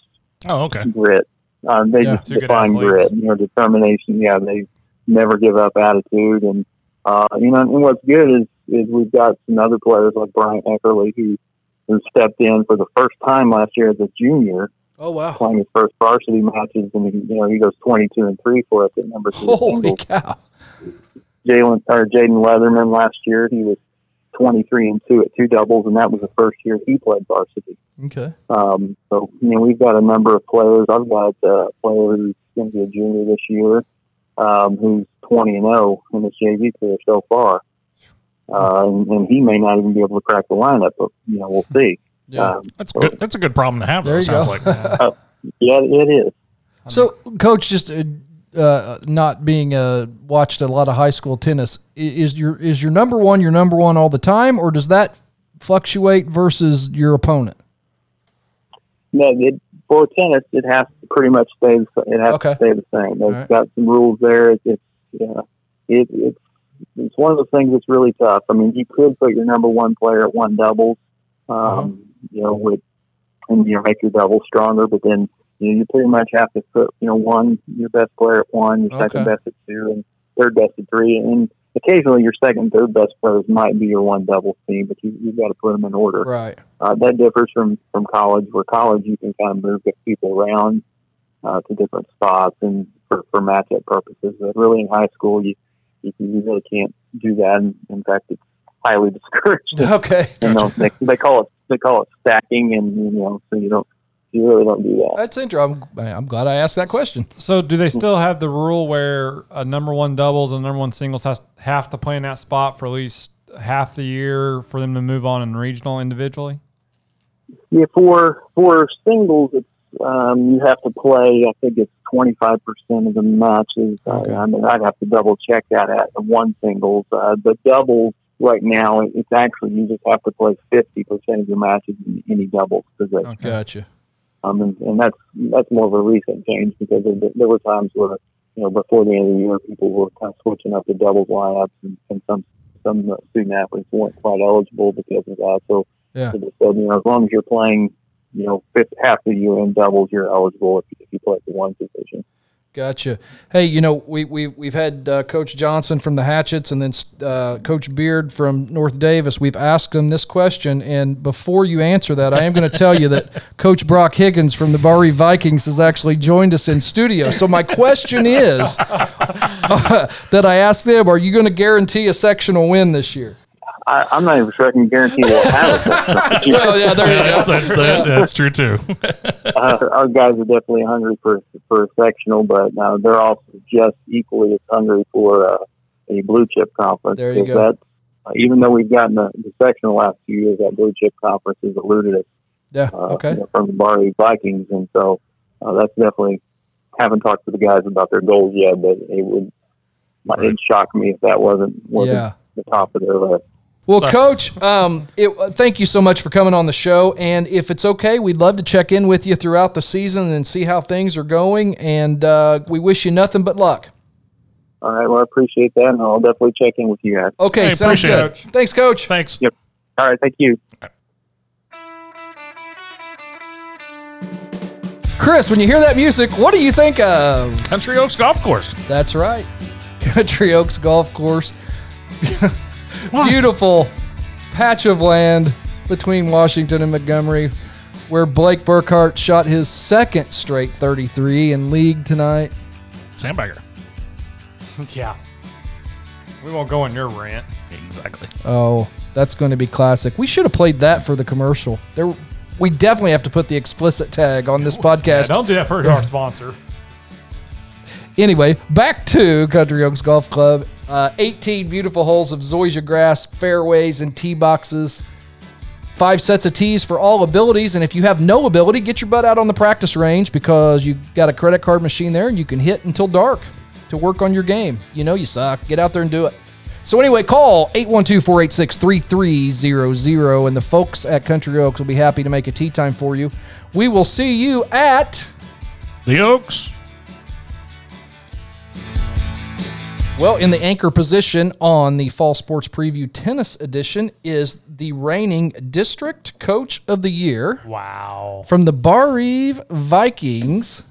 D: Oh, okay.
I: grit. Um, they
A: Yeah,
I: just
C: two good
I: define
C: athletes.
I: grit, you know, determination. Yeah, they never give up attitude, and uh, you know, and what's good is is we've got some other players like Brian Eckerly who who stepped in for the first time last year as a junior
A: Oh wow.
I: playing his first varsity matches, and he, you know he goes twenty-two and three for us at number two.
A: Holy
I: singles.
A: cow.
I: Jalen or Jaden Leatherman last year he was twenty-three and two at two doubles, and that was the first year he played varsity.
A: Okay.
I: Um, so you know we've got a number of players. I've got uh, a player who's going to be a junior this year, um, who's twenty and zero in his JV career so far. Uh, and, and he may not even be able to crack the lineup, but you know we'll see.
A: Yeah.
I: Um,
D: That's a good. That's a good problem to have.
A: There
D: Though,
A: you
D: it sounds
A: go.
D: like
I: yeah, it is.
A: So, coach, just uh, uh, not being uh, watched a lot of high school tennis, i- is your is your number one your number one all the time, or does that fluctuate versus your opponent?
I: No, it, for tennis, it has to pretty much stay. The, it has
A: Okay.
I: to stay the same. They've
A: right.
I: got some rules there. It, it's yeah, it, it's it's one of the things that's really tough. I mean, you could put your number one player at one doubles, um,
A: Uh-huh.
I: you know, with and you know, make your double stronger, but then you know, you pretty much have to put you know one your best player at one, your second
A: Okay.
I: best at two, and third best at three, and occasionally your second, and third best players might be your one doubles team, but you, you've got to put them in order.
A: Right.
I: Uh, that differs from, from college, where college you can kind of move the people around uh, to different spots and for, for matchup purposes. But really, in high school, you you, can, you really can't do that. And in fact, it's highly discouraged.
A: Okay.
I: And they'll- they, they call it they call it stacking, and you know, so you don't you really don't do that.
A: That's interesting. I'm, I'm glad I asked that question.
C: So do they still have the rule where a number one doubles and number one singles has have to play in that spot for at least half the year for them to move on in regional individually?
I: Yeah, for for singles, it's um, you have to play. I think it's twenty five percent of the matches.
A: Okay.
I: I, I mean, I'd have to double check that at the one singles. Uh, the doubles right now, it- it's actually you just have to play fifty percent of your matches in any doubles position.
C: Okay.
A: Gotcha.
I: Um, and, and that's that's more of a recent change because there, there were times where you know before the end of the year, people were kind of switching up the doubles lineups, and, and some some student athletes weren't quite eligible because of that. So
A: Yeah.
I: so they said, you know, as long as you're playing, you know, fifth half of you in doubles, you're eligible if, if you play the one position.
A: Gotcha. Hey, you know we we we've had uh, Coach Johnson from the Hatchets and then uh, Coach Beard from North Davis. We've asked them this question, and before you answer that, I am going to tell you that Coach Brock Higgins from the Barre Vikings has actually joined us in studio. So my question is uh, that I asked them: Are you going to guarantee a sectional win this year?
I: I, I'm not even sure I can guarantee we'll have it.
A: Well, yeah, there you
D: that's,
A: go.
D: that's, that, that's true too.
I: uh, our guys are definitely hungry for for a sectional, but now they're also just equally as hungry for uh, a blue chip conference.
A: There you
I: 'Cause
A: go.
I: that's- uh, even though we've gotten the, the sectional last few years, that blue chip conference has eluded us
A: Yeah.
I: uh,
A: Okay.
I: you know, from the Barry Vikings, and so uh, that's definitely. Haven't talked to the guys about their goals yet, but it would
D: Right.
I: it'd shock me if that wasn't wasn't
A: Yeah.
I: the top of their list.
A: Well, Coach, um, it, uh, thank you so much for coming on the show. And if it's okay, we'd love to check in with you throughout the season and see how things are going. And uh, we wish you nothing but luck.
I: All right, well, I appreciate that, and I'll definitely check in with you guys.
A: Okay,
D: Hey,
A: sounds
D: appreciate
A: good.
D: it.
A: Thanks, Coach.
D: Thanks.
I: Yep. All right, thank you.
A: Chris, when you hear that music, what do you think of?
D: Country Oaks Golf Course.
A: That's right, Country Oaks Golf Course. Beautiful patch of land between Washington and Montgomery, where Blake Burkhart shot his second straight 33 in league tonight.
D: Sandbagger.
C: yeah. We won't go on your rant.
D: Exactly.
A: Oh, that's going to be classic. We should have played that for the commercial. There, We definitely have to put the explicit tag on this podcast.
C: don't do that for our sponsor.
A: Anyway, back to Country Oaks Golf Club. Uh, 18 beautiful holes of zoysia grass, fairways, and tee boxes. Five sets of tees for all abilities. And if you have no ability, get your butt out on the practice range because you got a credit card machine there and you can hit until dark to work on your game. You know you suck. Get out there and do it. So, anyway, call 812 486 3300 and the folks at Country Oaks will be happy to make a tea time for you. We will see you at.
D: The Oaks.
A: Well, in the anchor position on the Fall Sports Preview Tennis Edition is the reigning District Coach of the Year
C: Wow.
A: from the Bar Eve Vikings,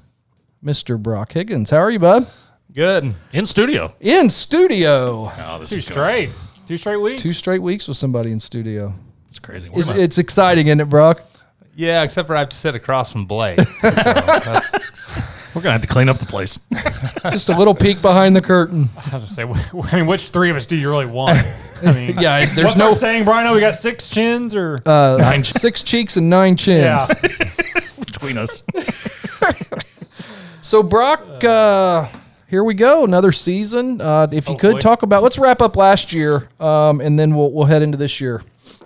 A: Mr. Brock Higgins. How are you, bud?
E: Good.
D: In studio.
A: In studio.
D: Oh, this
C: Two
D: is going-
C: straight. Two straight weeks.
A: Two straight weeks with somebody in studio.
D: It's crazy. Where
A: It's,
D: am I?
A: it's exciting, isn't it, Brock?
E: Yeah, except for I have to sit across from Blake. So that's,
D: We're going to have to clean up the place.
A: Just a little peek behind the curtain.
C: I was gonna say, I mean, which three of us do you really want? I mean,
A: Yeah, there's
C: what's our
A: no
C: saying, Brian? Oh, We got six chins, or
D: Nine ch-
A: six cheeks and nine chins.
C: yeah,
D: between us.
A: So Brock, uh, here we go, another season. Uh, if you
C: boy.
A: could talk about, let's wrap up last year, um, and then we'll we'll head into this year.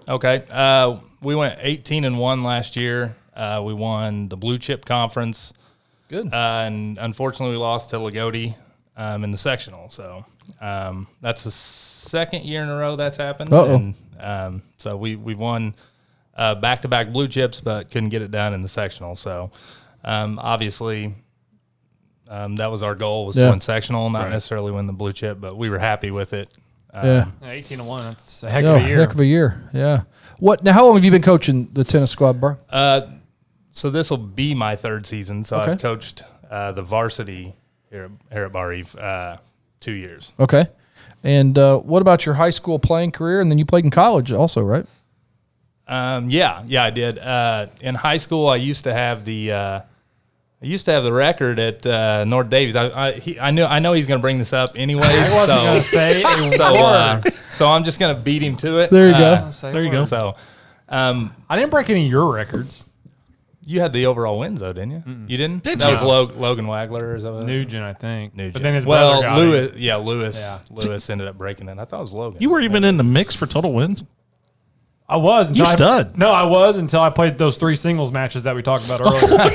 E: okay. Uh, we went 18 and 1 last year. Uh, we won the Blue Chip Conference.
A: Good.
E: Uh, and unfortunately, we lost to Lagodi um, in the sectional. So um, that's the second year in a row that's happened.
A: Uh-oh.
E: And um, so we, we won uh, back-to-back blue chips, but couldn't get it done in the sectional. So um, obviously, um, that was our goal was
A: Yeah.
E: to win sectional, not necessarily win the blue chip, but we were happy with it.
A: yeah,
C: eighteen to one. That's a heck
A: yeah,
C: of a year.
A: Oh, heck of a year. Yeah. What now? How long have you been coaching the tennis squad, bro?
E: Uh, so this will be my third season. So I've
A: Okay.
E: coached uh, the varsity here, at- here at Bar Eve uh, two years.
A: Okay. And uh, what about your high school playing career? And then you played in college also, right?
E: Um, yeah, yeah, I did. Uh, in high school, I used to have the uh, I used to have the record at uh, North Davies. I I, he, I knew I know he's going to bring this up anyway. so
C: Say a
E: so, uh, so I'm just going to beat him to it.
A: There you
E: Uh,
A: go.
C: there you go.
E: So um,
C: I didn't break any of your records.
E: you had the overall wins though, didn't you? You didn't.
D: Did
E: that
D: you?
E: was Log- Logan Wagler or something.
C: Nugent, I think.
E: Nugent.
C: But then his brother
E: well,
C: got
E: Lewis. Yeah, Lewis.
C: Yeah.
E: Lewis ended up breaking it. I thought it was Logan.
D: You were even in the mix for total wins.
C: I was. Until
D: You
C: I-
D: stud.
C: no, I was until I played those three singles matches that we talked about earlier.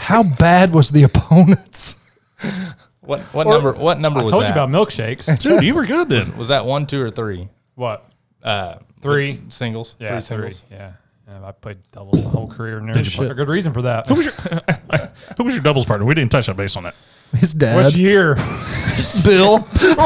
A: How bad was the opponents?
E: what? What number? What number
C: I
E: was
C: told
E: that?
C: you about milkshakes.
D: Dude, you were good then.
E: was that one, two, or three?
C: what?
E: Uh,
C: Three.
E: singles.
C: Yeah,
E: three
C: three.
E: singles.
C: Yeah. Yeah, I played double my whole career. And there's
A: you?
C: a good reason for that.
D: Who was your doubles partner? We didn't touch on base on that.
A: His dad,
C: Which year?
A: Bill.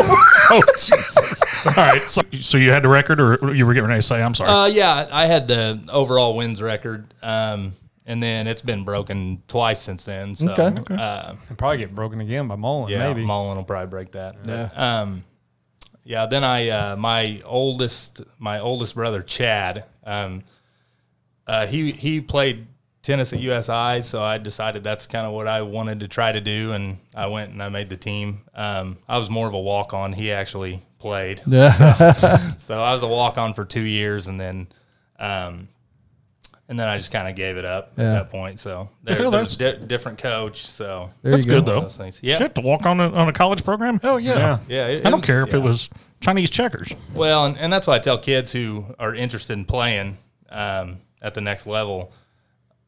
D: Oh, Jesus. All right. So, so you had the record or you were getting ready to say, I'm sorry.
E: Uh, yeah, I had the overall wins record, um, and then it's been broken twice since then. So,
A: Okay.
E: Uh,
C: I'd probably get broken again by Mullen,
E: yeah,
C: maybe.
E: Mullen will probably break that. Yeah. Um, yeah. Then I, uh, my oldest, my oldest brother Chad, um, uh, he he played tennis at USI, so I decided that's kind of what I wanted to try to do, and I went and I made the team. Um, I was more of a walk on. He actually played. So I was a walk on for two years, and then, um, and then I just kind of gave it up
A: Yeah.
E: at that point. So there,
D: Hell,
E: there's di- different coach. So
A: There
D: That's
A: you go.
D: good, though.
E: those things. Yeah,
D: Shit, to walk on a, on a college program? Hell yeah.
C: Yeah.
E: yeah. it-
D: I don't
E: it-
D: care if it
E: yeah.
D: was Chinese checkers.
E: well, and, and that's why I tell kids who are interested in playing um, at the next level.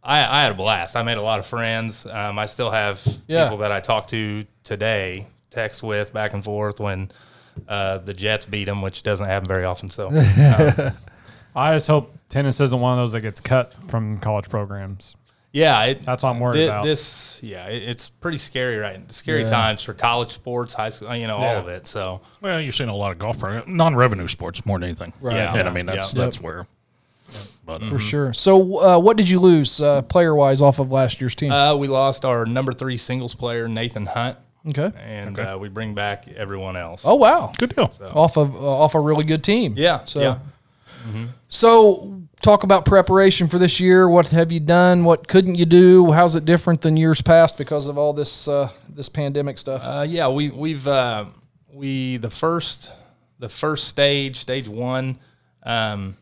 E: I, I had a blast. I made a lot of friends. Um, I still have
A: Yeah.
E: people that I talk to today, text with back and forth when uh, the Jets beat them, which doesn't happen very often. So
C: I just hope tennis isn't one of those that gets cut from college programs.
E: Yeah, it,
C: That's what I'm worried
E: thi-
C: about.
E: This, yeah, it, it's pretty scary, right? Scary
A: Yeah.
E: times for college sports, high school, you know, all
C: Yeah.
E: of it. So,
D: Well, you've seen a lot of golf programs, non revenue sports more than anything. Right. Yeah. And I mean, that's
A: Yeah.
D: that's where. But,
A: For sure. So, uh, what did you lose uh, player wise off of last year's team?
E: uh, we lost our number three singles player, Nathan Hunt,
A: okay.
E: and uh, we bring back everyone else.
A: Oh wow.
D: good deal.
A: Off of uh, off a really good team.
E: yeah,
A: So.
E: yeah. Mm-hmm.
A: So, talk about preparation for this year. What have you done? What couldn't you do? How's it different than years past because of all this uh, this pandemic stuff?
E: Uh, yeah, we we've uh, we the first the first stage, stage one. Um,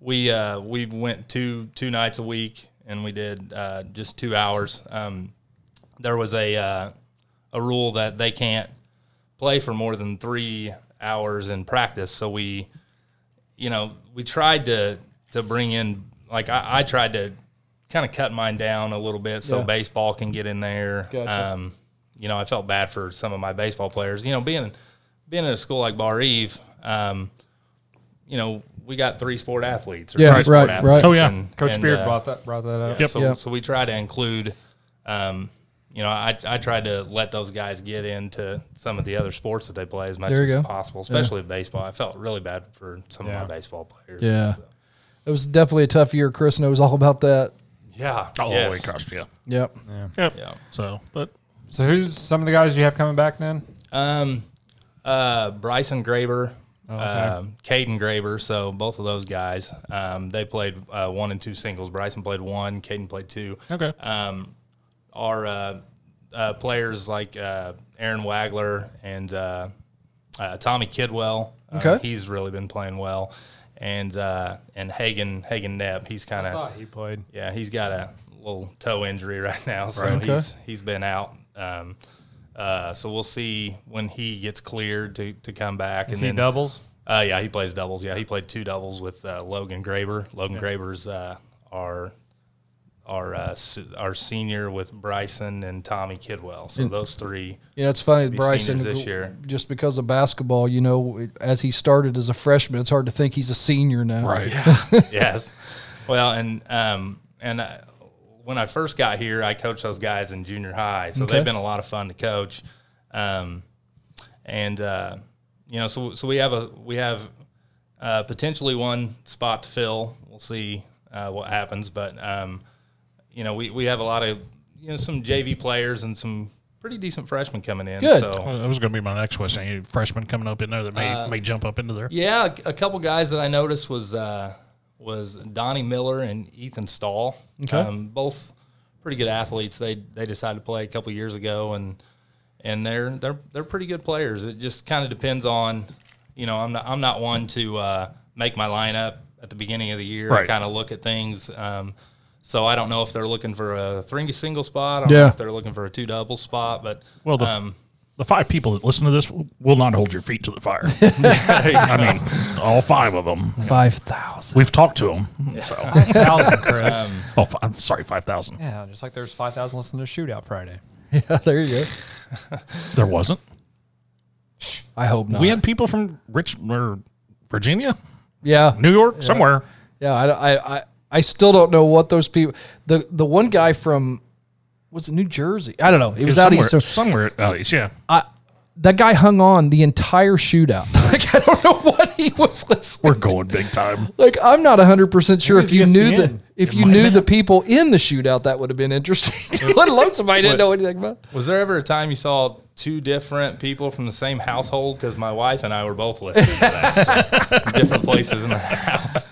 E: we uh, we went two two nights a week, and we did uh, just two hours. Um, there was a uh, a rule that they can't play for more than three hours in practice, so we you know, we tried to to bring in like I, I tried to kind of cut mine down a little bit so
A: Yeah.
E: baseball can get in there.
A: Gotcha.
E: Um, you know, I felt bad for some of my baseball players. You know, being being at a school like Bar Eve, um, you know, we got three sport athletes. Or
A: Yeah,
E: tri-sport
A: right,
E: athletes
A: right.
D: Oh, yeah.
C: Coach
E: and,
C: Beard
E: uh,
C: brought that brought that up.
E: so,
A: Yeah.
E: so we try to include, um, you know, I, I tried to let those guys get into some of the other sports that they play as much
A: There you go.
E: as possible, especially baseball. I felt really bad for some of my baseball players.
A: Yeah. It was definitely a tough year. Chris knows all about that.
E: Yeah.
D: Oh,
E: yes.
D: yes. gosh, yeah.
A: Yep.
D: Yep.
E: Yeah.
D: So, but
C: So who's some of the guys you have coming back then?
E: Um, uh, Bryson Graber, um, Caden Graber. So both of those guys, um, they played uh, one and two singles. Bryson played one, Caden played two.
D: okay,
E: Um, our uh, uh, players like uh, Aaron Wagler and uh, uh, Tommy Kidwell. Um,
A: Okay.
E: he's really been playing well, and uh, and Hagen Hagen Nepp. He's kind of
C: he played.
E: yeah, he's got a little toe injury right now, so
A: Right. Okay.
E: he's he's been out. Um, uh, so we'll see when he gets cleared to, to come back.
C: Is he doubles?
E: Uh, yeah, he plays doubles. Yeah, he played two doubles with uh, Logan Graber. Logan Graber's uh, our our uh, se- our senior with Bryson and Tommy Kidwell. So those three.
A: You know, it's funny,
E: Be
A: Bryson.
E: seniors this year.
A: Just because of basketball, you know, it- as he started as a freshman, it's hard to think he's a senior now.
D: right.
E: yes. Well, and um, and uh, when I first got here, I coached those guys in junior high, so
A: Okay.
E: they've been a lot of fun to coach. Um, and uh, you know, so so we have a we have uh, potentially one spot to fill. We'll see uh, what happens, but um, you know, we we have a lot of you know some JV players and some pretty decent freshmen coming in.
A: Good.
E: So
D: Well, that was going to be my next question. Any freshmen coming up in there that may
E: Uh,
D: may jump up into there?
E: Yeah, a, a couple guys that I noticed was uh, was Donnie Miller and Ethan Stahl.
A: Okay.
E: Um, both pretty good athletes. They they decided to play a couple years ago, and and they're they're they're pretty good players. It just kind of depends on, you know, I'm not I'm not one to uh, make my lineup at the beginning of the year.
D: Right.
E: I kind of look at things. Um, so I don't know if they're looking for a three single spot. I don't
A: Yeah.
E: know if they're looking for a two double spot, but
D: Well, the,
E: um,
D: the five people that listen to this will not hold your feet to the fire. I mean, all five of them.
A: 5,000.
D: We've talked to them. So,
C: Thousand,
E: um,
C: Chris.
D: oh, fi- I'm sorry, five thousand.
C: yeah, just like there's five thousand listening to Shootout Friday.
A: Yeah, there you go.
D: There wasn't.
A: I hope not.
D: We had people from Rich or Virginia,
A: yeah.
D: New York, somewhere.
A: Yeah, I, I, I, I still don't know what those people. The the one guy from was it New Jersey? I don't know. It was out
D: somewhere,
A: east. So
D: somewhere out east. Yeah,
A: that guy hung on the entire shootout. like I don't know what he was listening.
D: we're going big time.
A: Like I'm not 100 percent sure
C: Maybe
A: if you
C: it's
A: knew the
C: ESPN.
A: if you knew the people in the shootout that would have been interesting. Let alone somebody didn't know anything about.
E: Was there ever a time you saw two different people from the same household? Because my wife and I were both listening to that. so different places in the house.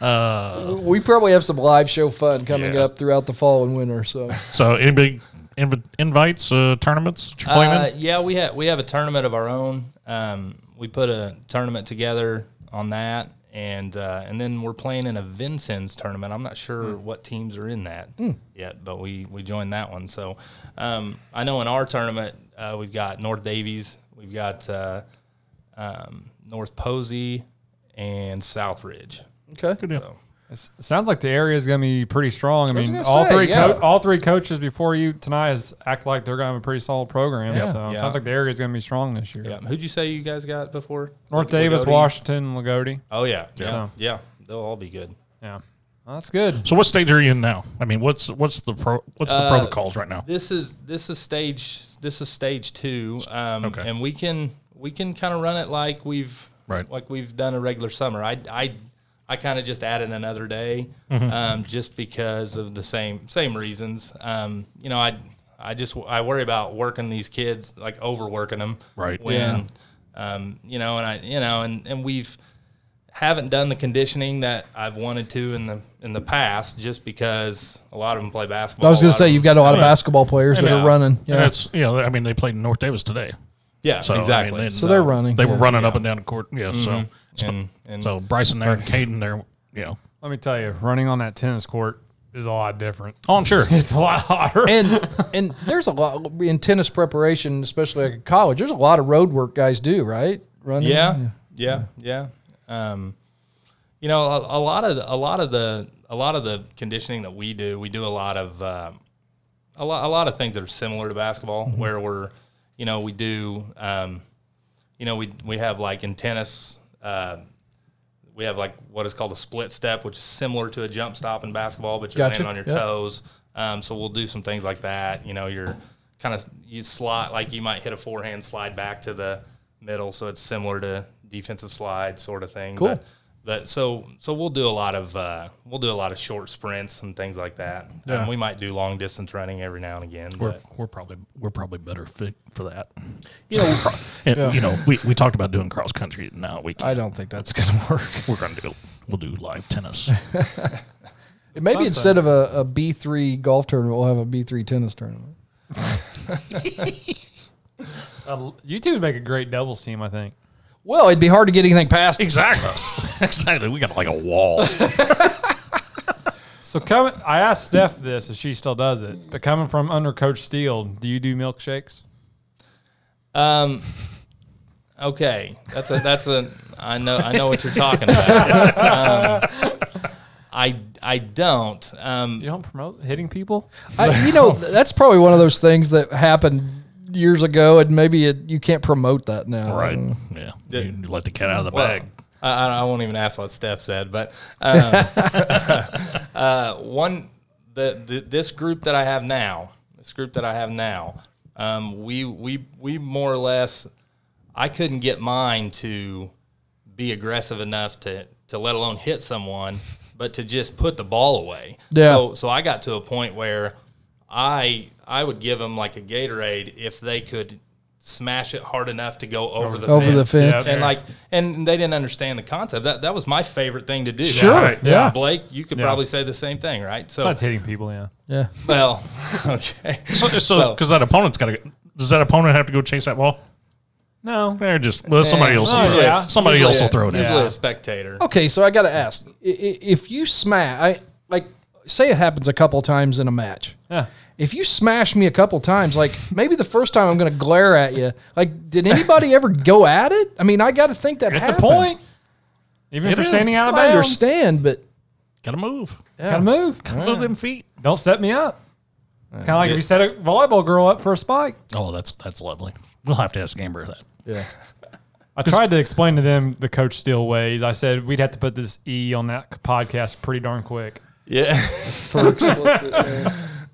A: We probably have some live show fun coming
D: Yeah.
A: up throughout the fall and winter. So
D: So, anybody inv- invites, uh, tournaments, that you're playing
E: Uh,
D: in?
E: yeah, we have we have a tournament of our own. Um, we put a tournament together on that, and uh, and then we're playing in a Vincennes tournament. I'm not sure what teams are in that yet, but we we joined that one. So um, I know in our tournament uh, we've got North Davies, we've got uh, um, North Posey, and Southridge.
A: okay,
D: Good deal.
C: It's, it sounds like the area is going to be pretty strong. I mean,
A: gonna
C: all
A: say,
C: three
A: yeah.
C: co- all three coaches before you tonight is act like they're going to have a pretty solid program. So it
E: Yeah.
C: sounds like the area is going to be strong this year.
E: Yeah. Who'd you say you guys got before?
C: North Davis,
E: Lagodi?
C: Washington, Lagodi.
E: Oh yeah, yeah,
C: So-
E: yeah. They'll all be good.
C: Yeah, well, that's good.
D: So, what stage are you in now? I mean, what's what's the pro, what's the protocols right now?
E: This is this is stage this is stage two, um,
D: Okay.
E: and we can we can kind of run it like we've
D: Right.
E: like we've done a regular summer. I I I kind of just added another day, um, just because of the same same reasons. Um, you know, I I just I worry about working these kids like overworking them,
D: Right.
E: When um, you know, and I you know, and and we've haven't done the conditioning that I've wanted to in the in the past, just because a lot of them play basketball.
A: I was
E: a
A: going
E: lot
A: to
E: of
A: say
E: them-
A: you've got a lot of basketball players that are
E: Yeah.
A: running.
D: And
A: Yeah,
D: that's you know, I mean, they played in North Davis today.
E: Yeah,
D: So I mean,
E: exactly.
D: they-
A: so they're running.
D: They were
A: yeah.
C: Mm-hmm.
D: running up and down the court. Yeah. So,
E: and, and
D: so Bryson there and Caden there Yeah.
C: Let me tell you, running on that tennis court is a lot different.
D: Oh, I'm sure.
C: It's a lot hotter.
A: and and there's a lot in tennis preparation, especially like in college. There's a lot of road work guys do, right? Running.
E: Yeah, yeah, yeah. Um, you know, a, a lot of the- a lot of the a lot of the conditioning that we do, we do a lot of um, a lot a lot of things that are similar to basketball, where we're, you know, we do, um, you know, we we have like in tennis. Uh, we have like what is called a split step, which is similar to a jump stop in basketball, but you're
A: Gotcha,
E: landing on your
A: yeah.
E: toes. Um, so we'll do some things like that. You know, you're kind of you slide like you might hit a forehand slide back to the middle, so it's similar to defensive slide sort of thing.
A: Cool.
E: But, but so so we'll do a lot of uh, we'll do a lot of short sprints and things like that. Um, we might do long distance running every now and again.
D: We're,
E: But
D: we're probably we're probably better fit for that.
A: You know,
D: And you know, we, we talked about doing cross country. Now we
A: I
D: can't.
A: don't think that's gonna work.
D: we're going to do we'll do live tennis.
A: Maybe instead of a, a B three golf tournament, we'll have a B three tennis tournament.
C: Uh, you two would make a great doubles team, I think.
A: Well, it'd be hard to get anything past.
D: exactly. exactly. We got like a wall.
C: So coming, I asked Steph this, and she still does it. But coming from under Coach Steele, do you do milkshakes?
E: um, okay, that's a that's a I know I know what you're talking about. Um, I I don't. Um,
C: You don't promote hitting people.
A: I, you know, that's probably one of those things that happened years ago, and maybe it, you can't promote that now.
D: right. Yeah. You let the cat out of the bag.
E: I, I I won't even ask what Steph said, but um, uh, one the, the this group that I have now, this group that I have now, um, we we we more or less, I couldn't get mine to be aggressive enough to to let alone hit someone, but to just put the ball away.
A: Yeah.
E: So so I got to a point where I I would give them like a Gatorade if they could smash it hard enough to go over the
A: Over the fence.
E: and like and they didn't understand the concept. That that was my favorite thing to do.
A: Sure,
E: Right.
A: yeah.
E: Blake, you could probably say the same thing, right? So
C: That's hitting people, yeah.
A: Yeah.
E: well, okay.
D: So, so,
E: So-
D: because that opponent's got to. Does that opponent have to go chase that ball?
C: No,
D: They're just well, somebody else. will
C: Oh,
D: throw it.
C: yeah.
D: Somebody
E: Usually
D: else will
E: a-
D: throw it in.
E: Usually
C: Yeah.
E: a spectator.
A: Okay, so I got to ask: i- i- if you smash, I like say it happens a couple times in a match.
C: Yeah.
A: If you smash me a couple times, like maybe the first time I'm going to glare at you. Like, did anybody ever go at it? I mean, I got to think that
D: It's a
A: happened.
D: point.
C: even if you're
D: is.
C: standing out of
A: I
C: bounds.
A: understand, but
D: Gotta move.
C: Gotta move.
D: Move them feet.
C: Don't set me up. Kind of like if you set a volleyball girl up for a spike.
D: Oh, that's that's lovely. We'll have to ask Amber that.
A: yeah,
C: I tried to explain to them the Coach Steele ways. I said we'd have to put this E on that c- podcast pretty darn quick.
E: Yeah.
A: for explicit. yeah.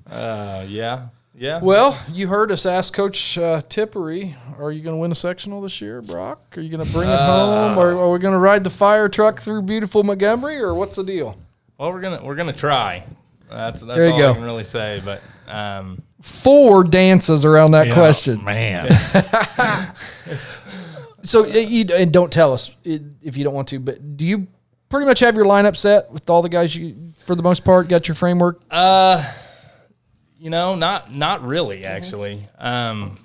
E: Uh, yeah. Yeah.
A: Well, you heard us ask Coach uh, Tippery, "Are you going to win a sectional this year, Brock? Are you going to bring it
D: Uh,
A: home, or are we going to ride the fire truck through beautiful Montgomery, or what's the deal?"
E: Well, we're gonna we're gonna try. That's that's
A: There you
E: all
A: go.
E: I can really say. But um,
A: Four dances around that question.
D: Oh, man.
A: So uh, you and don't tell us i- if you don't want to, but do you pretty much have your lineup set with all the guys you, for the most part, got your framework?
E: you know, not not really
D: Mm-hmm.
E: actually. Um,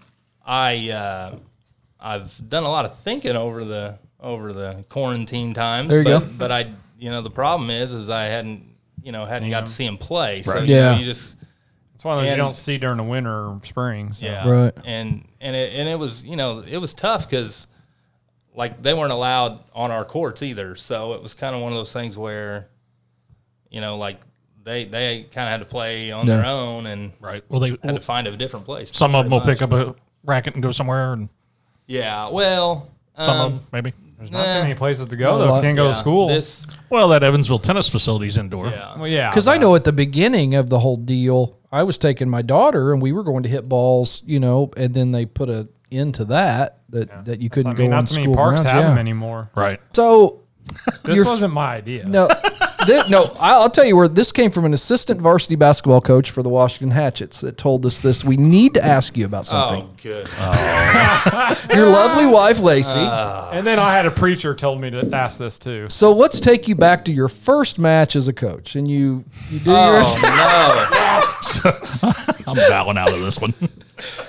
E: I uh, I've done a lot of thinking over the over the quarantine times.
A: There you
E: but,
A: go.
E: But I, you know, the problem is, is I hadn't, you know, hadn't got to see him play. So
D: Right.
E: you, know,
A: Yeah.
E: you just
C: It's one of those
E: And-
C: you don't see during the winter or spring. So.
E: yeah,
A: Right.
E: And and it and it was you know it was tough because like they weren't allowed on our courts either. So it was kind of one of those things where, you know, like they they kind of had to play on their
A: Yeah.
E: own and
D: right. Well, they
E: had to find a different place.
D: some of them will
E: pretty much.
D: pick up a racket and go somewhere, and
E: Yeah. Well.
D: some
E: um,
D: of them maybe.
C: There's Eh. not too
E: Nah.
C: many places to go
A: a
C: though.
A: lot.
C: If you can't go
E: yeah,
C: to school.
E: This.
D: Well, that Evansville tennis facility's indoor.
E: Yeah.
C: well, yeah,
A: Because I know at the beginning of the whole deal, I was taking my daughter and we were going to hit balls, you know, and then they put a end to that that, that you couldn't
C: I mean,
A: go on
C: not too
A: school
C: many parks
A: grounds.
C: have them
A: yeah.
C: anymore.
D: Right.
A: So
C: This
A: You're-
C: wasn't my idea.
A: No, thi- no. I- I'll tell you where this came from. An assistant varsity basketball coach for the Washington Hatchets that told us this. We need to ask you about something.
E: Oh, good.
A: Your lovely wife, Lacey.
C: And then I had a preacher told me to ask this too.
A: so let's take you back to your
C: Oh.
A: first match as a coach, and you you do your
E: Oh, no.
D: So, I'm bowing out of this one.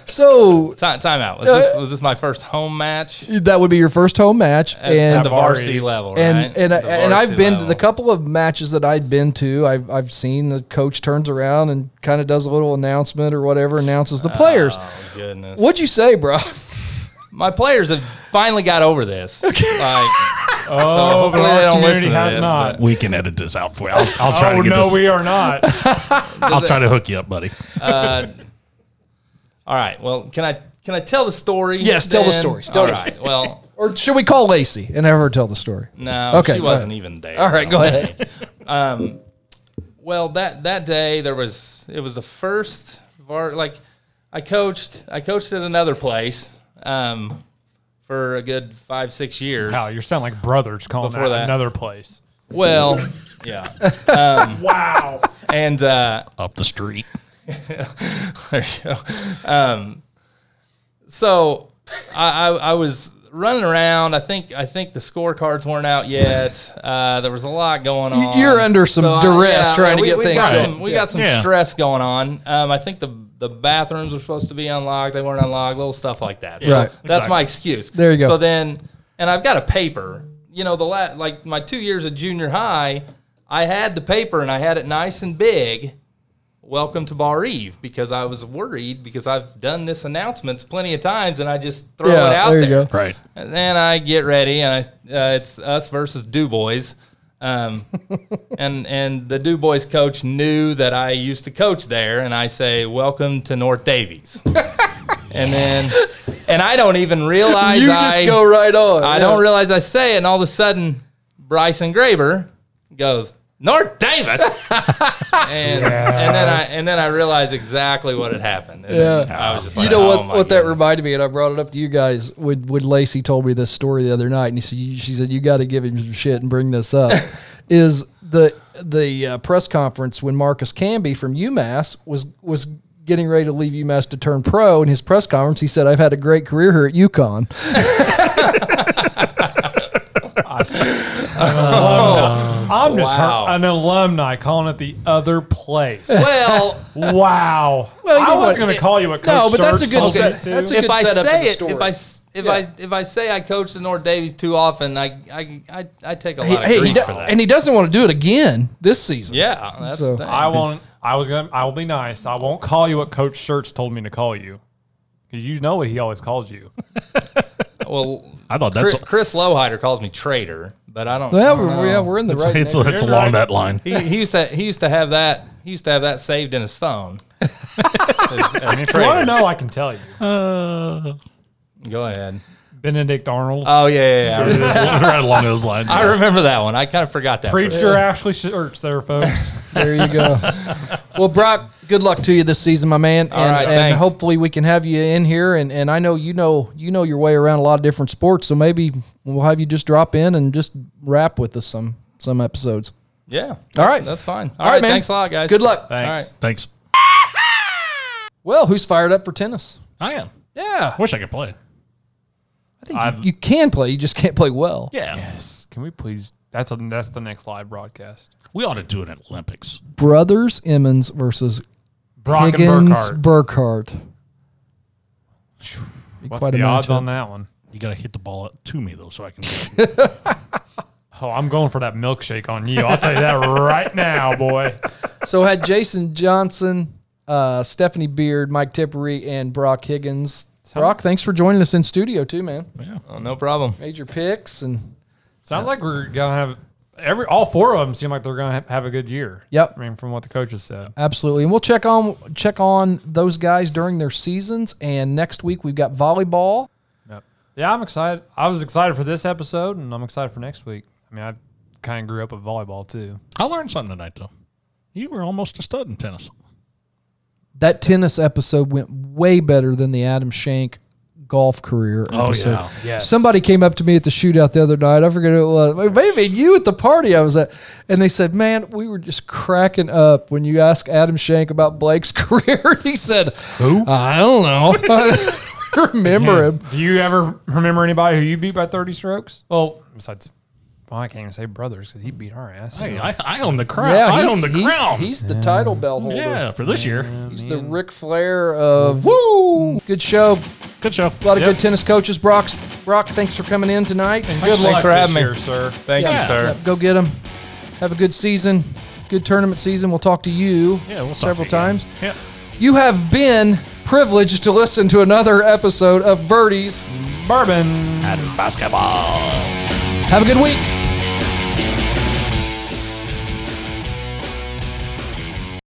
A: So
E: Time, time out. Was this, was this my first home match
A: that would be your first home match,
E: at,
A: and
E: at the varsity level?
A: and
E: right?
A: and
E: The
A: and I've
E: varsity
A: been to
E: level.
A: the couple of matches that I've been to. I've I've seen the coach turns around and kind of does a little announcement or whatever, announces the players.
E: Oh, goodness.
A: What'd you say, bro?
E: my players have finally got over this. Like,
C: Oh, but
E: hopefully they
C: our
E: don't
C: community
E: listen to
C: has
E: this,
C: not.
D: We can edit this out for you. I'll, I'll try
C: oh
D: to get
C: no,
D: this.
C: we are not.
D: I'll try to hook you up, buddy.
E: all right. Well, can I can I tell the story?
A: Yes, tell the
E: then?
A: story. Tell
E: All
A: the
E: right. Well,
A: Or should we call Lacey and have her tell the story?
E: no,
A: Okay,
E: she
A: go ahead.
E: wasn't even there.
A: All right,
E: I
A: go
E: don't
A: ahead.
E: Well, that that day there was it was the first var like I coached I coached at another place um, for a good five six years.
C: Wow, you're sounding like brothers calling
E: Before
C: that,
E: that.
C: another place.
E: Well, yeah. Um, wow. And uh,
D: Up the street.
E: there you go. Um, so I, I, I was running around. I think I think the scorecards weren't out yet. Uh, there was a lot going on.
A: you're under some duress trying to
E: we,
A: get
E: we
A: things
E: Got
A: done.
E: some, we got some
D: Yeah.
E: stress going on. Um, I think the the bathrooms were supposed to be unlocked. They weren't unlocked. Little stuff like that. So
A: Right.
E: That's my excuse.
A: There you go.
E: So then, and I've got a paper. You know, the la- like my two years of junior high, I had the paper and I had it nice and big welcome to Bar Eve because I was worried because I've done this announcements plenty of times and I just throw it
A: Yeah,
E: out
A: there
E: there.
A: you go.
D: Right.
E: And then I get ready and I uh, it's us versus Du Bois. Um, and and the Du Bois coach knew that I used to coach there and I say, "Welcome to North Davies." and then and I don't even realize
A: You
E: I
A: just go right on.
E: I
A: Yeah.
E: don't realize I say it, and all of a sudden, Bryson Graver goes North Davis, and and then I and then I realize exactly what had happened. And then
A: Yeah.
E: I was just
A: You
E: like,
A: know
E: oh
A: what?
E: my
A: what that
E: goodness.
A: reminded me, and I brought it up to you guys. When when Lacey told me this story the other night, and he said, you- she said you got to give him some shit and bring this up, is the the uh, press conference when Marcus Camby from UMass was was getting ready to leave UMass to turn pro. In his press conference, he said, "I've had a great career here at UConn."
C: I'm just
E: Wow.
C: her- an alumni calling it the other place.
E: Well,
C: wow.
A: you know
C: I was
A: what?
C: going to call you a coach.
A: No, but that's a
C: Surge
A: good
C: told me
A: set-
C: to.
A: that's a
E: if
A: good
E: I
A: setup of
E: say
A: the
E: it, if
A: story.
E: I s- if I if I say I coach the North Davies too often, I I I, I take a lot
A: Hey,
E: of
A: he
E: grief
A: do-
E: for that.
A: and he doesn't want to do it again this season.
E: yeah, that's
A: So-
E: the thing.
C: I won't. I was gonna. I will be nice. I won't call you what Coach Shirts told me to call you. 'Cause You know what he always calls you.
E: well.
D: I thought
E: Chris,
D: that's
E: Chris Lowhider calls me traitor, but I don't.
A: Well,
E: I don't
A: we're,
E: know.
A: yeah, we're in the right.
D: it's,
A: neighborhood.
D: it's along that line.
E: He, he used to he used to have that he used to have that saved in his phone. As- as
C: If you want
E: traitor.
C: to know, I can tell you.
D: Uh.
E: Go ahead.
C: Benedict Arnold,
A: Uh,
E: Oh yeah, yeah, yeah.
D: right along those lines.
E: I remember that one. I kind of forgot that. for a
C: preacher Ashley Shirts, there, folks.
A: There you go. well, Brock, good luck to you this season, my man. And,
E: right,
A: and
E: thanks.
A: hopefully we can have you in here. And, and I know you know you know your way around a lot of different sports, so maybe we'll have you just drop in and just rap with us some some episodes.
E: Yeah.
A: All
E: That's-
A: right.
E: That's fine.
A: All right, man.
E: Thanks a lot, guys.
A: Good luck.
E: All
C: Thanks.
E: right.
D: Thanks.
A: Well, who's fired up for tennis?
D: I am.
A: Yeah,
D: Wish I could play.
A: I think
D: I'm-
A: you, you can play. You just can't play well.
D: Yeah.
C: can we please? That's a, that's the next live broadcast.
D: We ought to do it at Olympics.
A: Brothers Emmons versus
C: Brock and
A: Higgins
C: Burkhardt.
A: Burkhardt.
C: What's
A: quite
C: the
A: a
C: odds
A: matchup.
C: on that one?
D: You got to hit the ball up to me, though, so I can.
C: Oh, I'm going for that milkshake on you. I'll tell you that right now, boy.
A: So had Jason Johnson, uh, Stephanie Beard, Mike Tippery, and Brock Higgins. Brock, thanks for joining us in studio too, man.
E: Oh, no problem.
A: Made your picks and
C: Sounds like we're gonna have every all four of them seem like they're gonna ha- have a good year.
A: Yep.
C: I mean, from what the coaches said.
A: absolutely, and we'll check on check on those guys during their seasons. And next week we've got volleyball.
C: Yeah, I'm excited. I was excited for this episode, and I'm excited for next week. I mean, I kind of grew up with volleyball too.
D: I learned something tonight, though. You were almost a stud in tennis.
A: That tennis episode went way better than the Adam Shank golf career
D: Oh,
A: episode.
C: Yes.
A: Somebody came up to me at the shootout the other night. I forget who it was. Maybe you at the party I was at. And they said, Man, we were just cracking up when you asked Adam Shank about Blake's career. he said, Who? I don't know. I don't remember him.
C: Do you ever remember anybody who you beat by 30 strokes? Well, besides Well, I can't even say brothers because he beat our ass.
D: Hey,
C: so.
D: I, I own the crown. I own the
A: he's,
D: crown.
A: He's, the title belt holder.
D: yeah, for this year.
A: He's the Ric Flair of woo. Good show.
D: Good show.
A: A lot of
C: Yep.
A: good tennis coaches. Brock, Brock, thanks for coming in tonight.
C: And good luck
E: for
C: this
E: having me.
C: year, sir.
E: Thank
D: Yeah.
E: you, sir.
A: Yep, go get them. Have a good season. Good tournament season. We'll talk to you
D: Yeah, we'll talk
A: several
D: to you.
A: times.
D: Yeah.
A: You have been privileged to listen to another episode of Birdies.
C: Bourbon.
D: And basketball.
A: Have a good week.